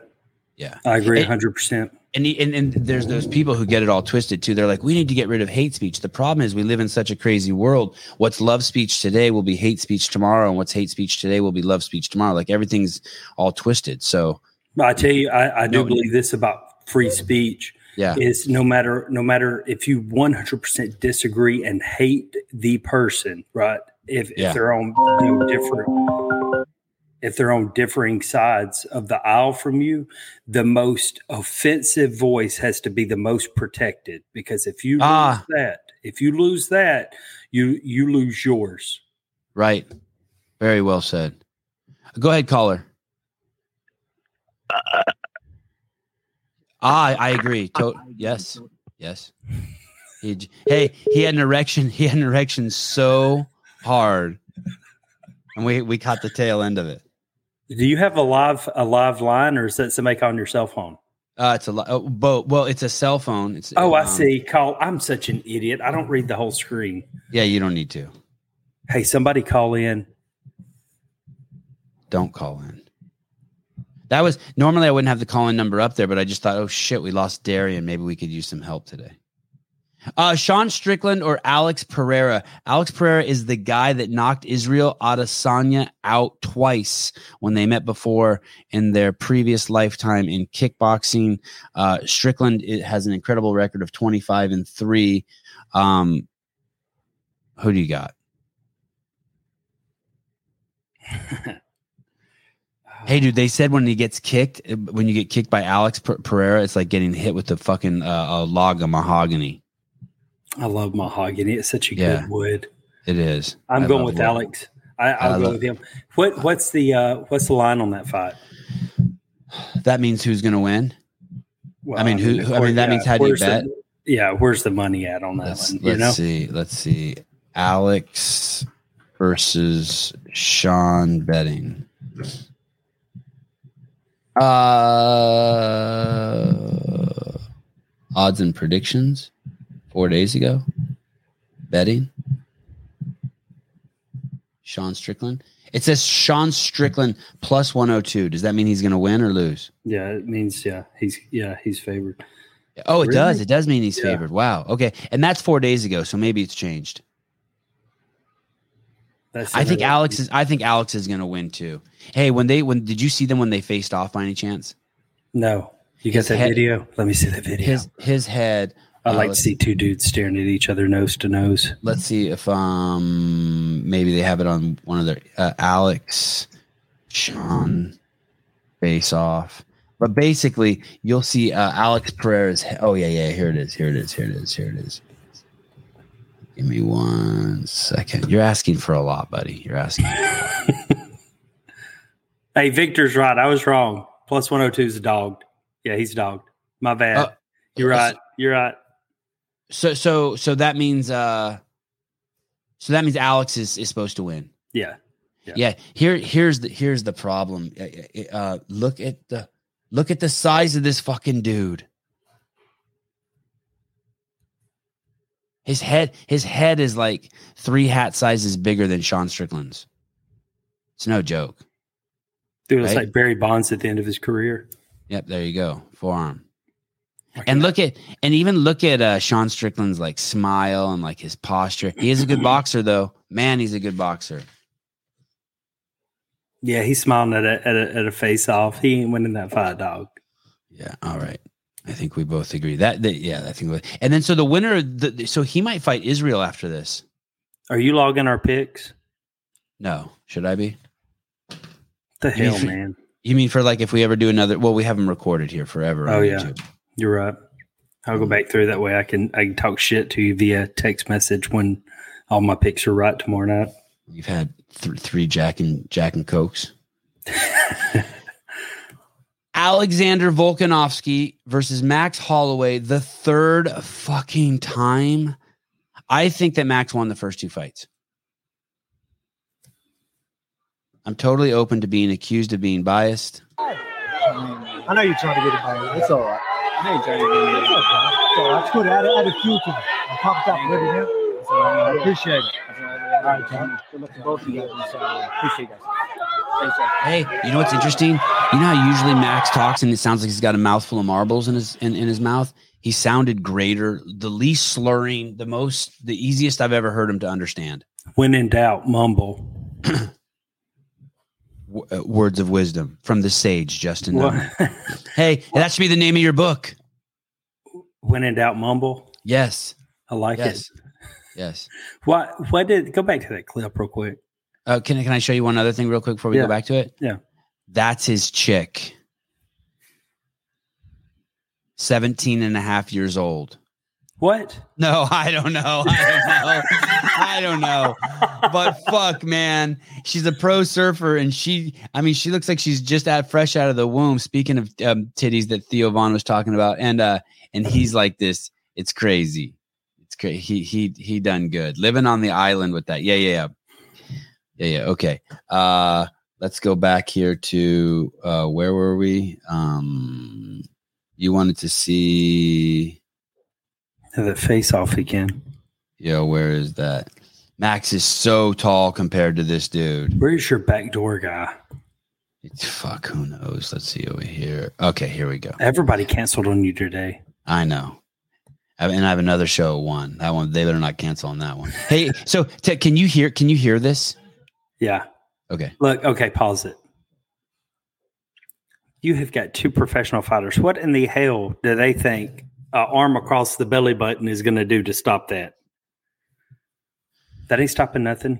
Yeah, I agree, And- hundred percent. and, he- and and there's those people who get it all twisted too. They're like, we need to get rid of hate speech. The problem is we live in such a crazy world. What's love speech today will be hate speech tomorrow, and what's hate speech today will be love speech tomorrow. Like everything's all twisted. So I tell you, I, I do No, no. believe this about free speech. yeah, is no matter no matter if you 100% disagree and hate the person right if, Yeah. if they're on you know, different if they're on differing sides of the aisle from you the most offensive voice has to be the most protected because if you Ah. lose that if you lose that you you lose yours right. Very well said. Go ahead, caller. Uh, Ah, I agree. To- yes, yes. He, j- hey, he had an erection. He had an erection so hard, and we we caught the tail end of it. do you have a live a live line or is that somebody on your cell phone Uh, it's a lot. Oh, bo- well, it's a cell phone. It's oh i um, see call i'm such an idiot i don't read the whole screen Yeah, you don't need to. hey somebody call in Don't call in. That was normally I wouldn't have the call in number up there, but I just thought, oh shit, we lost Darian. Maybe we could use some help today. Uh, Sean Strickland or Alex Pereira. Alex Pereira is the guy that knocked Israel Adesanya out twice when they met before in their previous lifetime in kickboxing. Uh, Strickland it has an incredible record of 25 and 3. Um, who do you got? Hey, dude, they said when he gets kicked, eh, when you get kicked by Alex Per- Pereira, it's like getting hit with the fucking uh, a log of mahogany. I love mahogany. It's such a Yeah. good wood. It is. I'm I going love with it. Alex. I, I'll I go love- with him. What what's the uh, what's the line on that fight? That means who's going to win? Well, I mean, who? who- I where- mean, that yeah, means how do you where's the- bet? yeah, where's the money at on that Let's, one? you let's know, see. Let's see. Alex versus Sean betting. Uh, odds and predictions four days ago. Betting. Sean Strickland. It says Sean Strickland plus 102. Does that mean he's going to win or lose? yeah, it means yeah, he's yeah, he's favored. Oh, it Really? does. It does mean he's Yeah. favored. Wow. Okay. And that's four days ago. So maybe it's changed. That's I think another- Alex is. I think Alex is going to win too. Hey, when they when did you see them when they faced off by any chance? No, you got his that head- video? Let me see that video. His his head. I uh, like to let's, see two dudes staring at each other nose to nose. let's see if um maybe they have it on one of their uh, Alex, Sean, face off. But basically, you'll see uh, Alex Pereira's. he- Oh yeah, yeah. Here it is. Here it is. Here it is. Here it is. Give me one second. You're asking for a lot, buddy. You're asking. Hey, Victor's right. I was wrong. Plus 102 is dogged. Yeah, he's dogged. My bad. Uh, You're right. You're right. So so so that means uh so that means Alex is is supposed to win. Yeah. Yeah. Here here's the here's the problem. Uh, Uh, look at the look at the size of this fucking dude. His head his head is like three hat sizes bigger than Sean Strickland's. It's no joke. Dude, it's Right. like Barry Bonds at the end of his career. Yep, there you go. Forearm. And look at and even look at uh Sean Strickland's like smile and like his posture. He is a good boxer though. Man, he's a good boxer. Yeah, he's smiling at a, at a, at a face off. He ain't winning that fight, dog. Yeah, all right. I think we both agree. That, that yeah, I think we, and then so the winner the, so he might fight Israel after this. Are you logging our picks? No, should I be? The You mean hell, for- man. You mean for like if we ever do another well, we have them recorded here forever. on Oh, yeah. YouTube. You're right. I'll go back through that way. I can I can talk shit to you via text message when all my picks are right tomorrow night. You've had th- three Jack and Jack and Cokes. Alexander Volkanovsky versus Max Holloway the third fucking time. I think that Max won the first two fights. I'm totally open to being accused of being biased. I know you're trying to get it by It's all right. I know you're trying to get it It's okay. It's all right. It's good. I had, I had a few to I popped up with it, man. It's all right. I appreciate it. All right, John. Good luck to both of you guys. It's all right. Appreciate you guys. Hey, you know what's interesting? You know how usually Max talks and it sounds like he's got a mouthful of marbles in his in, in his mouth. He sounded greater, the least slurring, the most, the easiest I've ever heard him to understand. When in doubt, mumble. W- uh, words of wisdom from the sage Justin. Dunn. What- Hey, that should be the name of your book. when in doubt, mumble. Yes, I like yes, it. yes. What what did go back to that clip real quick? Uh, can can I show you one other thing real quick before we Yeah. go back to it? Yeah. that's his chick. 17 and a half years old. What? No, I don't know. I don't know. I don't know. But fuck, man, she's a pro surfer, and she—I mean, she looks like she's just out fresh out of the womb. Speaking of um, titties that Theo Vaughn was talking about, and uh, and he's like this. It's crazy. It's crazy. He he he done good living on the island with that. Yeah, yeah, yeah, yeah, yeah. Okay. Uh, let's go back here to uh, where were we? Um, you wanted to see. The face off again. Yo, where is that? Max is so tall compared to this dude. Where's your backdoor guy? It's, fuck, who knows? Let's see over here. Okay, here we go. Everybody canceled on you today. I know. I- And I have another show at one. That one, they better not cancel on that one. Hey, so Ted, can you hear? Can you hear this? Yeah. Okay. Look, okay, pause it. You have got two professional fighters. What in the hell do they think a arm across the belly button is going to do to stop that? That ain't stopping nothing.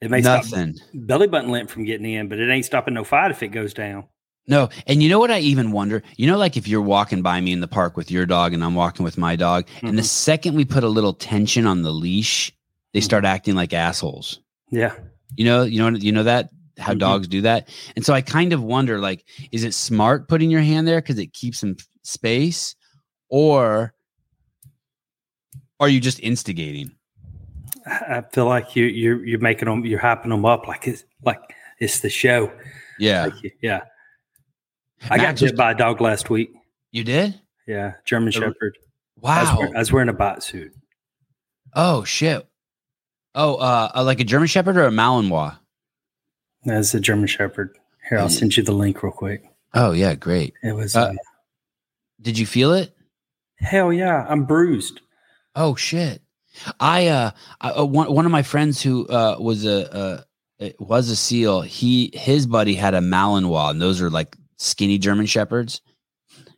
It may Nothing. stop belly button lint from getting in, but it ain't stopping no fight if it goes down. No, and you know what I even wonder? You know, like if you're walking by me in the park with your dog and I'm walking with my dog, and the Mm-hmm. second we put a little tension on the leash, they start acting like assholes. Yeah. You know, you know, you know that how Mhm. dogs do that. And so I kind of wonder, like, is it smart putting your hand there because it keeps some space, or are you just instigating? I I feel like you you're you're making them you're hyping them up like it's like it's the show. Yeah. Yeah. I got just- bit by a dog last week. You did? Yeah, German Oh, Shepherd. I was, Wow. wearing, I was wearing a botsuit. Oh shit. Oh, uh, uh, like a German Shepherd or a Malinois? That's a German Shepherd. Here, I'll send you the link real quick. Oh yeah, great. It was. Uh, Mm. Uh, Did you feel it? hell yeah, I'm bruised. Oh shit! I uh, I, uh one one of my friends who uh was a uh it was a seal. He his buddy had a Malinois, and those are like skinny German shepherds.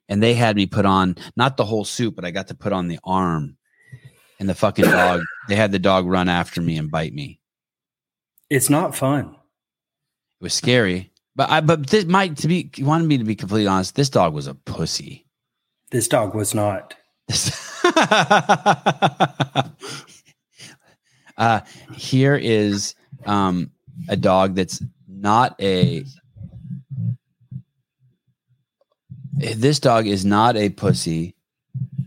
And they had me put on not the whole suit, but I got to put on the arm. And the fucking dog, they had the dog run after me and bite me. It's not fun. It was scary, but I but this might to be wanted me to be completely honest. This dog was a pussy. This dog was not. uh, here is um, a dog that's not a. This dog is not a pussy,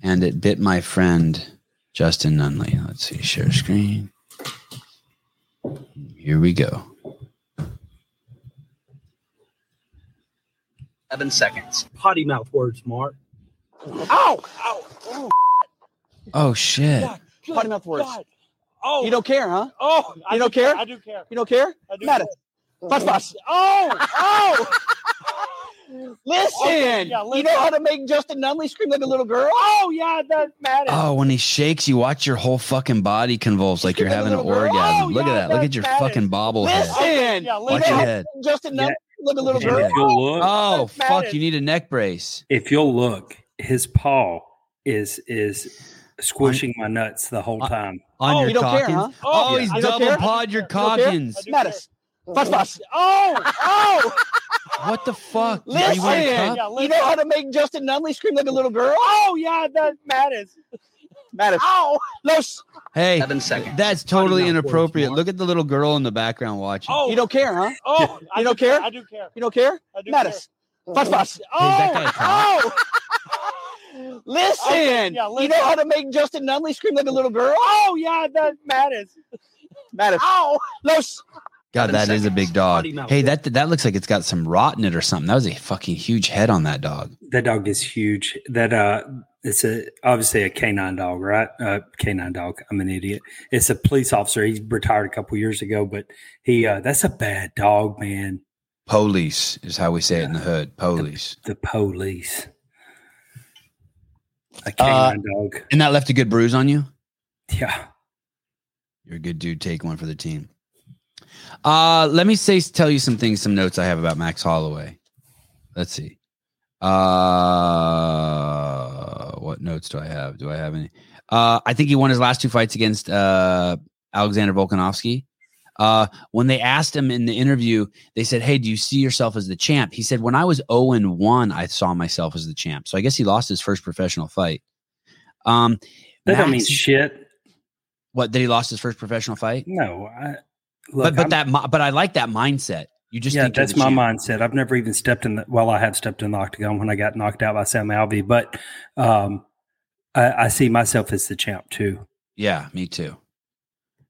and it bit my friend Justin Nunley. Let's see, share screen. Here we go. Seven seconds. Potty mouth words, Mark. Ow! Ow! Oh, Oh shit! Potty mouth words. Oh, you don't care, huh? Oh, you don't care. I do care. You don't care. I do Matter. Bus bus. Oh, oh. listen, Okay, yeah, You know how to make Justin Nunley scream like a little girl? Oh yeah, that matters. Oh, when he shakes, you watch your whole fucking body convulse like you're having an orgasm. Look at that! Look at your fucking bobblehead. Listen, Watch your head. Justin Nunley like a little And girl. if you'll look, Oh fuck! matters. You need a neck brace. if you'll look, his paw is is squishing my nuts the whole time. on Oh, your you don't care, cockins? huh? Oh, he's I don't double care. pawed your You don't care? cockins. I do care. Mattis. Bus bus. Oh, oh. What the fuck? Are Listen, you wearing a cup? you know how to make Justin Nunley scream like a little girl? Oh yeah, that matters. Matters. Oh, Los. Hey, Seven seconds. that's totally inappropriate. Look at the little girl in the background watching. Oh, you don't care, huh? Oh, you don't care. I do care. You don't care. I do Mattis. Bus bus. that guy a Oh, oh. Listen, Okay, yeah, you know how to make Justin Nunley scream like a little girl? Oh yeah, that matters. Matters. Oh, Los. God, that is a big dog. Potty mouth. Hey, that that looks like it's got some rot in it or something. That was a fucking huge head on that dog. That dog is huge. That uh, it's a obviously a canine dog, right? Uh, canine dog. I'm an idiot. It's a police officer. He retired a couple years ago, but he uh, that's a bad dog, man. Police is how we say it in the hood. Police. The police. Uh, A canine dog. And that left a good bruise on you. Yeah. You're a good dude. Take one for the team. Uh, let me say tell you some things, some notes I have about Max Holloway. Let's see. Uh, what notes do I have? Do I have any? Uh, I think he won his last two fights against uh, Alexander Volkanovsky. Uh, when they asked him in the interview, they said, "Hey, do you see yourself as the champ?" He said, "When I was zero and one, I saw myself as the champ." So I guess he lost his first professional fight. Um, That don't mean Max- shit. What that he lost his first professional fight? No, I, but look, but I'm- that mi- but I like that mindset. You just yeah, think you're that's the my champ. mindset. I've never even stepped in the well, I have stepped in the octagon when I got knocked out by Sam Alvey, but um, I, I see myself as the champ too. Yeah, me too.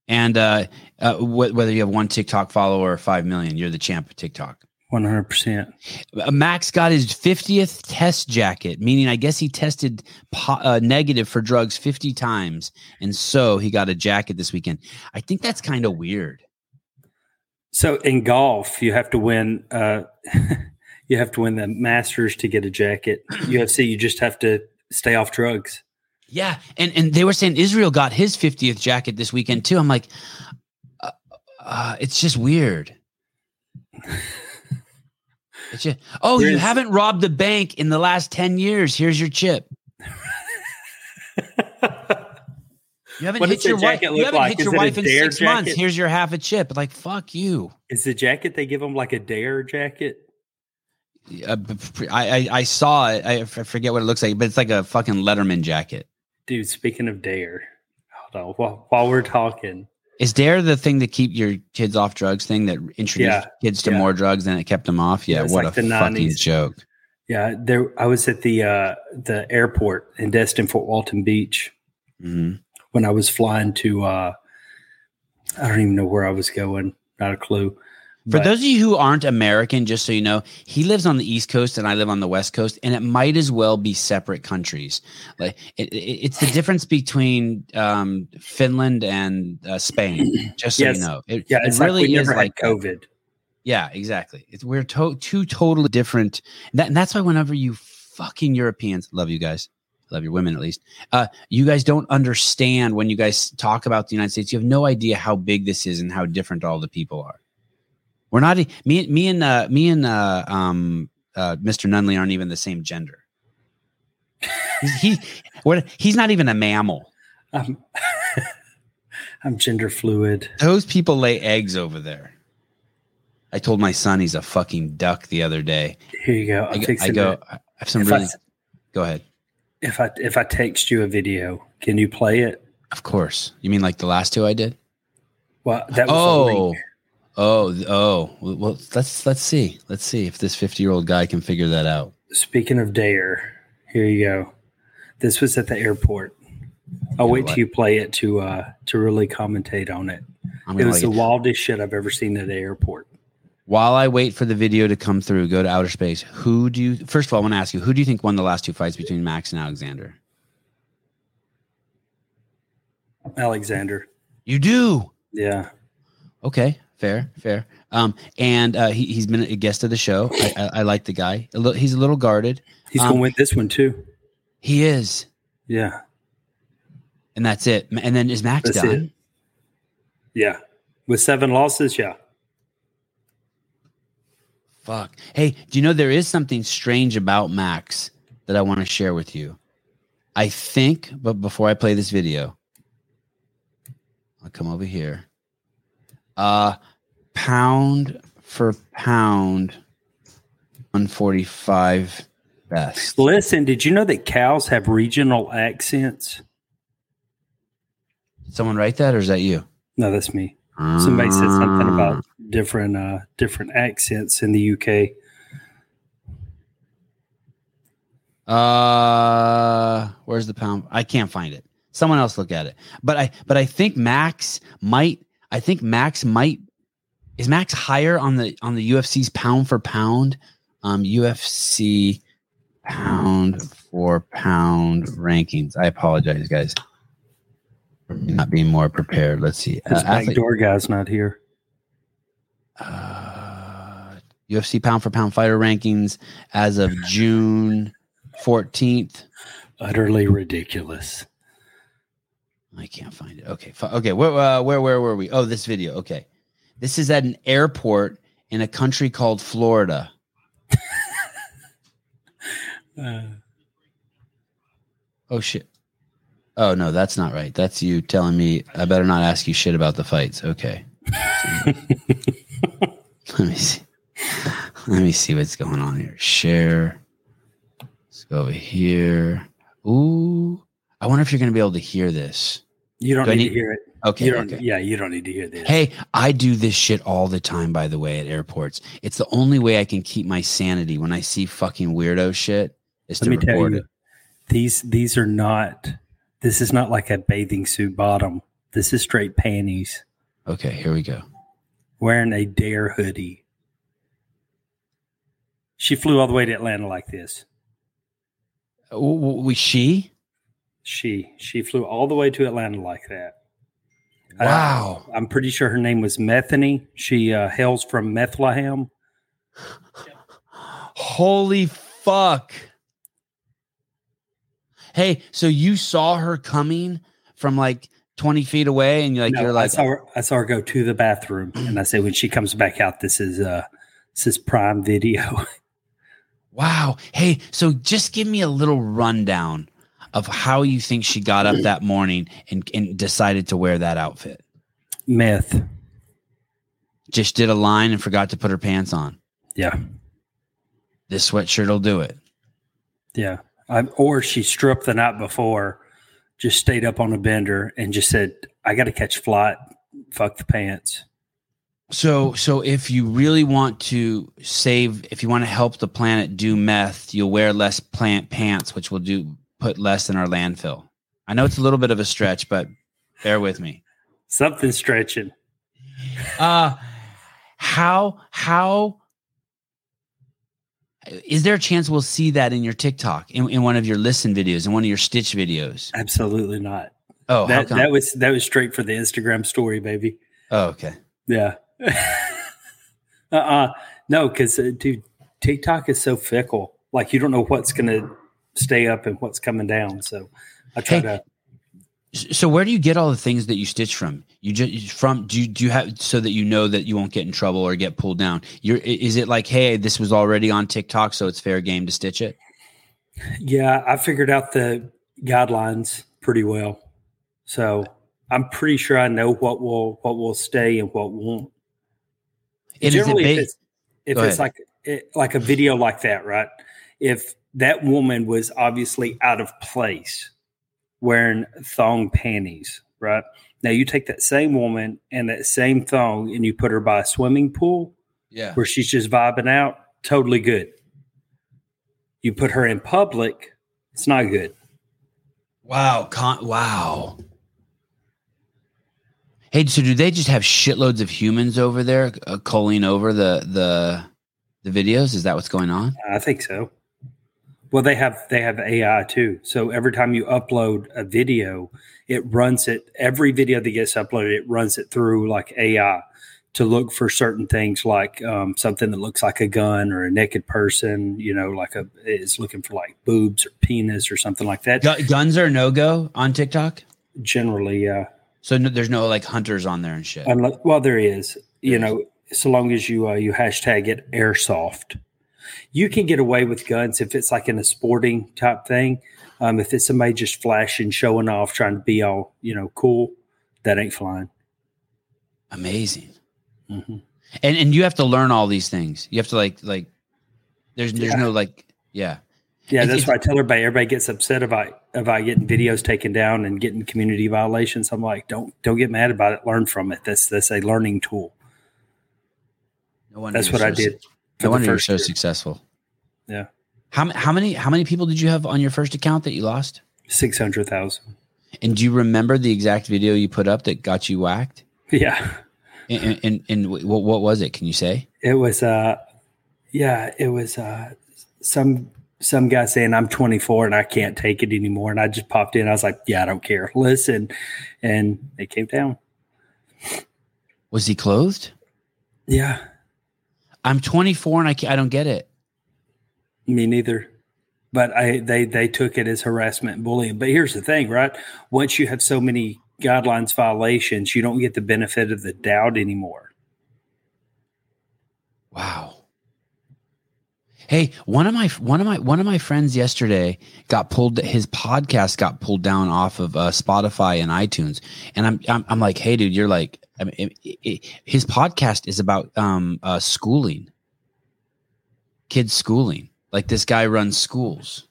And uh, uh, wh- whether you have one TikTok follower or five million, you're the champ of TikTok. One hundred percent. Uh, Max got his 50th test jacket, meaning I guess he tested po- uh, negative for drugs 50 times. And so he got a jacket this weekend. I think that's kind of weird. So in golf, you have to win uh, you have to win the masters to get a jacket. UFC, you just have to stay off drugs. Yeah, and and they were saying Israel got his 50th jacket this weekend too. I'm like, uh, uh, it's just weird. It's just, oh, you Where's- haven't robbed the bank in the last 10 years. Here's your chip. You haven't What hit does the your wife. jacket You look haven't like? hit Is your it a wife in dare six months. jacket? Here's your half a chip. Like fuck you. Is the jacket they give him like a dare jacket? Uh, b- p- I, I I saw it. I f- I forget what it looks like, but it's like a fucking Letterman jacket. Dude, speaking of dare, hold on. While, while we're talking, Is Dare the thing to keep your kids off drugs thing that introduced Yeah, kids to more drugs and it kept them off? Yeah, It's what like a the fucking 90s. joke. yeah, there I was at the uh the airport in Destin Fort Walton Beach Mm-hmm. when I was flying to uh I don't even know where I was going. Not a clue. For But- those of you who aren't American, just so you know, he lives on the East Coast and I live on the West Coast, and it might as well be separate countries. Like it, it, it's the difference between um, Finland and uh, Spain. Just so Yes. you know, it, yeah, it it's really like we is never like had COVID. yeah, exactly. It's we're to- two totally different. That, and that's why whenever you fucking Europeans love you guys, love your women at least. Uh, you guys don't understand when you guys talk about the United States. You have no idea how big this is and how different all the people are. We're not me. Me and uh, me and uh, um, uh, Mr. Nunley aren't even the same gender. He's, he, what? He's not even a mammal. I'm, I'm gender fluid. Those people lay eggs over there. I told my son he's a fucking duck the other day. Here you go. I, I'm go- I fixing go. it. I have some If I really. s- go ahead. If I if I text you a video, can you play it? Of course. You mean like the last two I did? Well, that was a oh. link. Oh, th- oh. Well, Well, let's let's see. Let's see if this 50-year-old guy can figure that out. Speaking of dare, here you go. This was at the airport. I'll wait till you play it to uh to really commentate on it. I'm It gonna was like the it. wildest shit I've ever seen at the airport. While I wait for the video to come through, go to outer space. Who do you First of all, I want to ask you, who do you think won the last two fights between Max and Alexander? Alexander. You do. Yeah. Okay, fair, fair. Um, and uh, he, he's been a guest of the show. I, I, I like the guy. A little, he's a little guarded. He's Um, gonna win this one too. He is, Yeah. and that's it. And then is Max That's done? it. Yeah. With seven losses, yeah. Fuck. Hey, do you know there is something strange about Max that I want to share with you? I think, but before I play this video, I'll come over here. Uh pound for pound 145 best. Listen, did you know that cows have regional accents? Someone write that or is that you? No, that's me. Somebody said something Mm. about different uh different accents in the UK. Uh, where's the pound? I can't find it. Someone else look at it. But I, but I think Max might. I think Max might. Is Max higher on the on the UFC's pound for pound, um, UFC pound for pound rankings? I apologize, guys, for not being more prepared. Let's see. Uh, This athlete- backdoor guy's not here. uh, UFC pound for pound fighter rankings as of June 14th. Utterly ridiculous. I can't find it. Okay. fi- Okay. Where, uh, where, where were we? Oh, this video. Okay. This is at an airport in a country called Florida. Uh, Oh, shit. Oh, no, that's not right. That's you telling me I better not ask you shit about the fights. Okay. Let me see. Let me see what's going on here. Share. Let's go over here. Ooh. I wonder if you're going to be able to hear this. you don't Do I need, need- to hear it. Okay, You don't- okay. Yeah, you don't need to hear this. Hey, I do this shit all the time, by the way, at airports. It's the only way I can keep my sanity when I see fucking weirdo shit is Let to me tell report you, it. these these are not. This is not like a bathing suit bottom. This is straight panties. Okay, here we go. Wearing a dare hoodie. She flew all the way to Atlanta like this. Uh, W- w- We she? She she flew all the way to Atlanta like that. Uh, Wow. I'm pretty sure her name was Methany. She uh, hails from Methlehem. Holy fuck. Hey, so you saw her coming from like 20 feet away and you're like, No, you're I like, saw her, I saw her go to the bathroom, and I said, when she comes back out, this is uh this is prime video. wow. Hey, so just give me a little rundown of how you think she got up that morning and, and decided to wear that outfit. Myth. Just did a line and forgot to put her pants on. Yeah. This sweatshirt will do it. Yeah. I, or she stripped the night before, just stayed up on a bender and just said, I got to catch flight. Fuck the pants. So, so if you really want to save, if you want to help the planet do meth, you'll wear less plant pants, which will do put less in our landfill. I know it's a little bit of a stretch, but bear with me. Something stretching. Uh, how how is there a chance we'll see that in your TikTok in, in one of your listen videos in one of your Stitch videos? Absolutely not. Oh, how that, come? that was that was straight for the Instagram story, baby. Oh, okay. Yeah. uh uh No, because, dude, TikTok is so fickle. Like, you don't know what's going to stay up and what's coming down. So I try to. So where do you get all the things that you stitch from? You just from do you, do you have so that you know that you won't get in trouble or get pulled down? You're i- is it like hey this was already on TikTok so it's fair game to stitch it? Yeah, I figured out the guidelines pretty well. So I'm pretty sure I know what will what will stay and what won't. And is it Generally, if ba- it's, if Go ahead. it's like it, like a video like that, right? If that woman was obviously out of place wearing thong panties, right? Now you take that same woman and that same thong and you put her by a swimming pool Yeah. where she's just vibing out, totally good. You put her in public, it's not good. Wow, con- wow. Hey, so do they just have shitloads of humans over there uh, culling over the the the videos? Is that what's going on? I think so. Well, they have they have AI too. So every time you upload a video, it runs it. Every video that gets uploaded, it runs it through like AI to look for certain things, like um, something that looks like a gun or a naked person. You know, like a it's looking for like boobs or penis or something like that. Gu- guns are no go on TikTok. Generally, uh, yeah. So no, there's no like hunters on there and shit. Unless, well, there is. You know, so long as you uh, you hashtag it airsoft, you can get away with guns if it's like in a sporting type thing. Um, if it's somebody just flashing, showing off, trying to be all you know cool, that ain't flying. Amazing. And and you have to learn all these things. You have to like like there's there's Yeah. no like yeah. Yeah, If- that's if- why I tell everybody. Everybody gets upset about about getting videos taken down and getting community violations. I'm like, don't don't get mad about it. Learn from it. That's that's a learning tool. No wonder That's you're what I so- did. No for the wonder you're first so year. successful. Yeah. How m- how many how many people did you have on your first account that you lost? Six hundred thousand. And do you remember the exact video you put up that got you whacked? Yeah. And and, and, and wh- what what was it? Can you say? It was uh yeah, it was uh some some guy saying I'm 24 and I can't take it anymore and I just popped in. I was like, yeah, I don't care. Listen. And it came down. Was he clothed? Yeah. I'm 24 and I ca- I don't get it. Me neither. But I they they took it as harassment and bullying. But here's the thing, right? Once you have so many guidelines violations, you don't get the benefit of the doubt anymore. Wow. Hey, one of my one of my one of my friends yesterday got pulled. His podcast got pulled down off of uh, Spotify and iTunes. And I'm, I'm I'm like, hey, dude, you're like, I mean, it- it- it- his podcast is about um uh, schooling, kids schooling. Like this guy runs schools.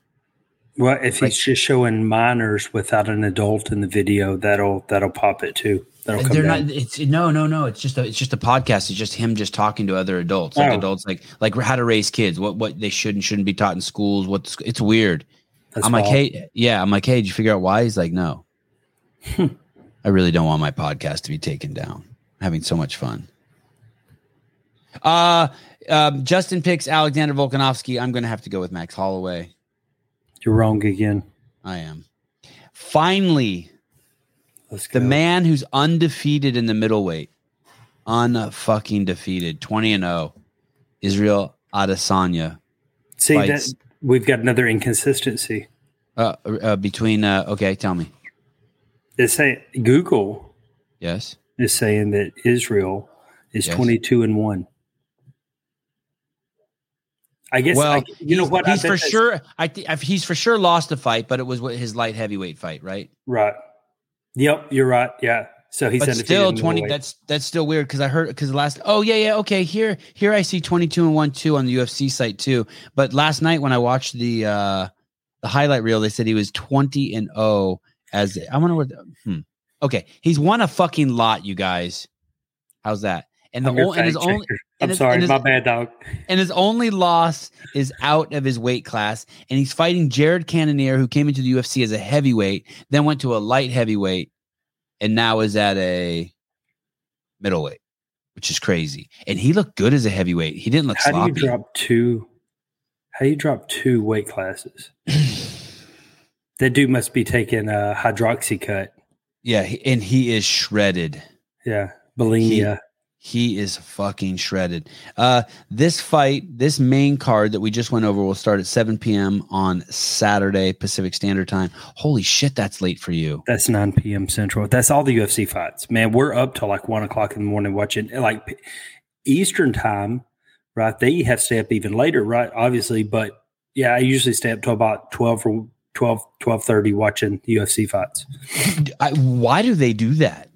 Well, if he's just showing minors without an adult in the video, that'll that'll pop it too. That'll come They're down. not. It's no, no, no. It's just a. It's just a podcast. It's just him just talking to other adults, like Oh. adults, like like how to raise kids, what what they should and shouldn't be taught in schools. What the, sc- it's weird. That's I'm like, wild. hey, yeah. I'm like, hey, did you figure out why? He's like, no. Hmm. I really don't want my podcast to be taken down. I'm having so much fun. Uh, um, Justin picks Alexander Volkanovsky. I'm going to have to go with Max Holloway. You're wrong again. I am. Finally, the man who's undefeated in the middleweight, unfucking defeated, 20 and 0, Israel Adesanya. See fights, that we've got another inconsistency. uh, uh, between, uh, okay, tell me. It's saying Google Yes. is saying that Israel is Yes. 22 and one. I guess well, I, you know he's- what I he's bet for that's- sure. I think he's for sure lost the fight, but it was what his light heavyweight fight, right? Right. Yep, you're right. Yeah. So he's but undefeated still in the twenty. weight. That's that's still weird because I heard because last. Oh yeah, yeah. Okay, here here I see twenty two and one two on the UFC site too. But last night when I watched the uh the highlight reel, they said he was twenty and zero. As I wonder what. Hmm. Okay, he's won a fucking lot, you guys. How's that? And the I'm, your only and his fact only. checker. and I'm his- sorry, and his- my bad, dog. and his only loss is out of his weight class. And he's fighting Jared Cannonier, who came into the UFC as a heavyweight, then went to a light heavyweight, and now is at a middleweight, which is crazy. And he looked good as a heavyweight. He didn't look How do you sloppy. drop two? How do you drop two weight classes? that dude must be taking a hydroxy cut. yeah, he- and he is shredded. Yeah, bulimia. He, he is fucking shredded. Uh, this fight, this main card that we just went over, will start at 7 p.m. on Saturday Pacific Standard Time. Holy shit, that's late for you. That's 9 p.m. Central. That's all the UFC fights. Man, we're up till like one o'clock in the morning watching like p- Eastern time, right? They have to stay up even later, right? Obviously, but yeah, I usually stay up till about 12 or 12, 12.30 watching UFC fights. I, why do they do that?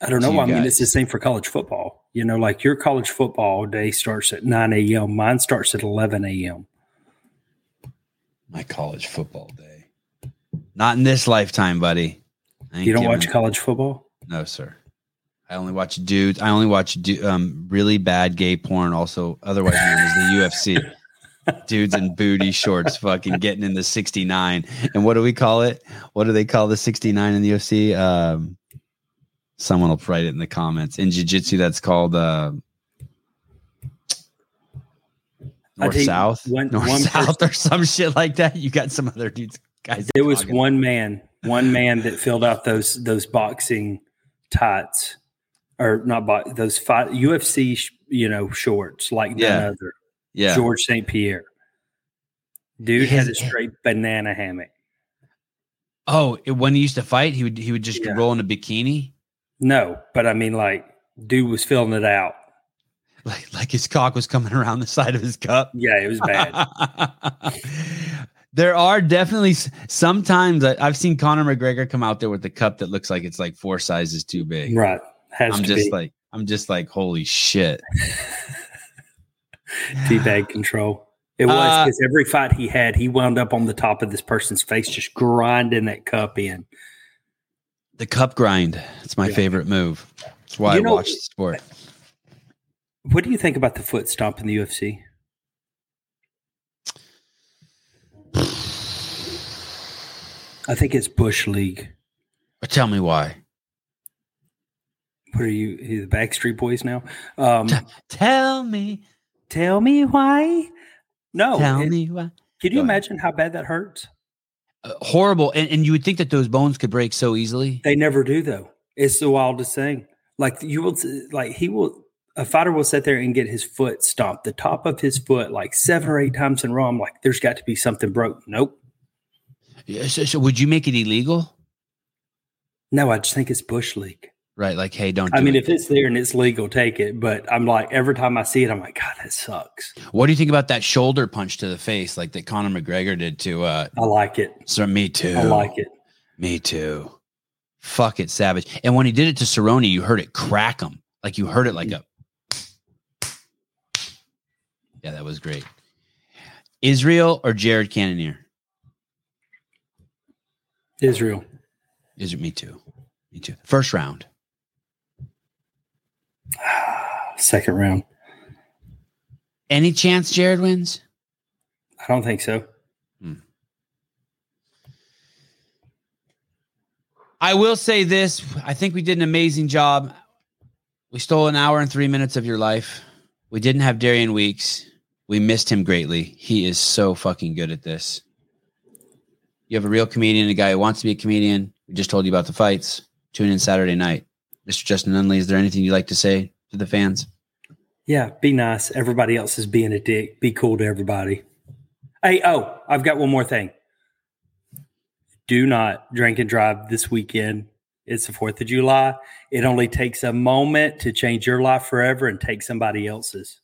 I don't know. You I mean, guys. it's the same for college football. You know, like your college football day starts at 9 a.m., mine starts at 11 a.m. My college football day. Not in this lifetime, buddy. I ain't You don't giving- watch college football? No, sir. I only watch dudes. I only watch du- um, really bad gay porn. Also, otherwise known as the UFC. Dudes in booty shorts, fucking getting in the sixty nine. And what do we call it? What do they call the sixty nine in the UFC? Um, someone will write it in the comments. In jiu jitsu, that's called uh, I north think south, one- north one south, or some shit like that. You got some other dudes, guys. There was talking. one man, one man that filled out those those boxing tights, or not bo- those fight UFC, sh- you know, shorts like Yeah. none other. Yeah. George St. Pierre. Dude had a straight banana hammock. Oh, it- when he used to fight, he would he would just roll in a bikini. No, but I mean, like, dude was filling it out. Like like his cock was coming around the side of his cup. Yeah, it was bad. There are definitely s- sometimes I, I've seen Conor McGregor come out there with a cup that looks like it's like four sizes too big. Right. Has I'm to just be. like I'm just like holy shit. Teabag control. It was Uh, because every fight he had, he wound up on the top of this person's face, just grinding that cup in. The cup grind. It's my favorite move. That's why You I know- watch the sport. What do you think about the foot stomp in the UFC? I think it's Bush League. Tell me why. What are you, you the Backstreet Boys now? Um, tell me, tell me why. No, Tell Oh, it- me why. Can you imagine how bad that hurts? Horrible. And and you would think that those bones could break so easily. They never do though. It's the wildest thing. Like you will, like he will. A fighter will sit there and get his foot stomped, the top of his foot, like seven or eight times in a row. I'm like, there's got to be something broke. Nope. Yeah, so, so would you make it illegal? No, I just think it's bush league. Right, like hey, don't. I do mean, it. if it's there and it's legal, take it. But I'm like, every time I see it, I'm like, God, that sucks. What do you think about that shoulder punch to the face, like that Conor McGregor did to? uh I like it. So me too. I like it. Me too. Fuck it, Savage. And when he did it to Cerrone, you heard it crack him. Like you heard it like a. Yeah, that was great. Israel or Jared Cannonier? Israel. Is it me too? Me too. First round. Second round. Any chance Jared wins? I don't think so. I will say this. I think we did an amazing job. We stole an hour and three minutes of your life. We didn't have Darian Weeks. We missed him greatly. He is so fucking good at this. You have a real comedian, a guy who wants to be a comedian. We just told you about the fights. Tune in Saturday night. Mr. Justin Unley, is there anything you'd like to say to the fans? Yeah, be nice. Everybody else is being a dick. Be cool to everybody. Hey, oh, I've got one more thing. Do not drink and drive this weekend. It's the 4th of July. It only takes a moment to change your life forever and take somebody else's.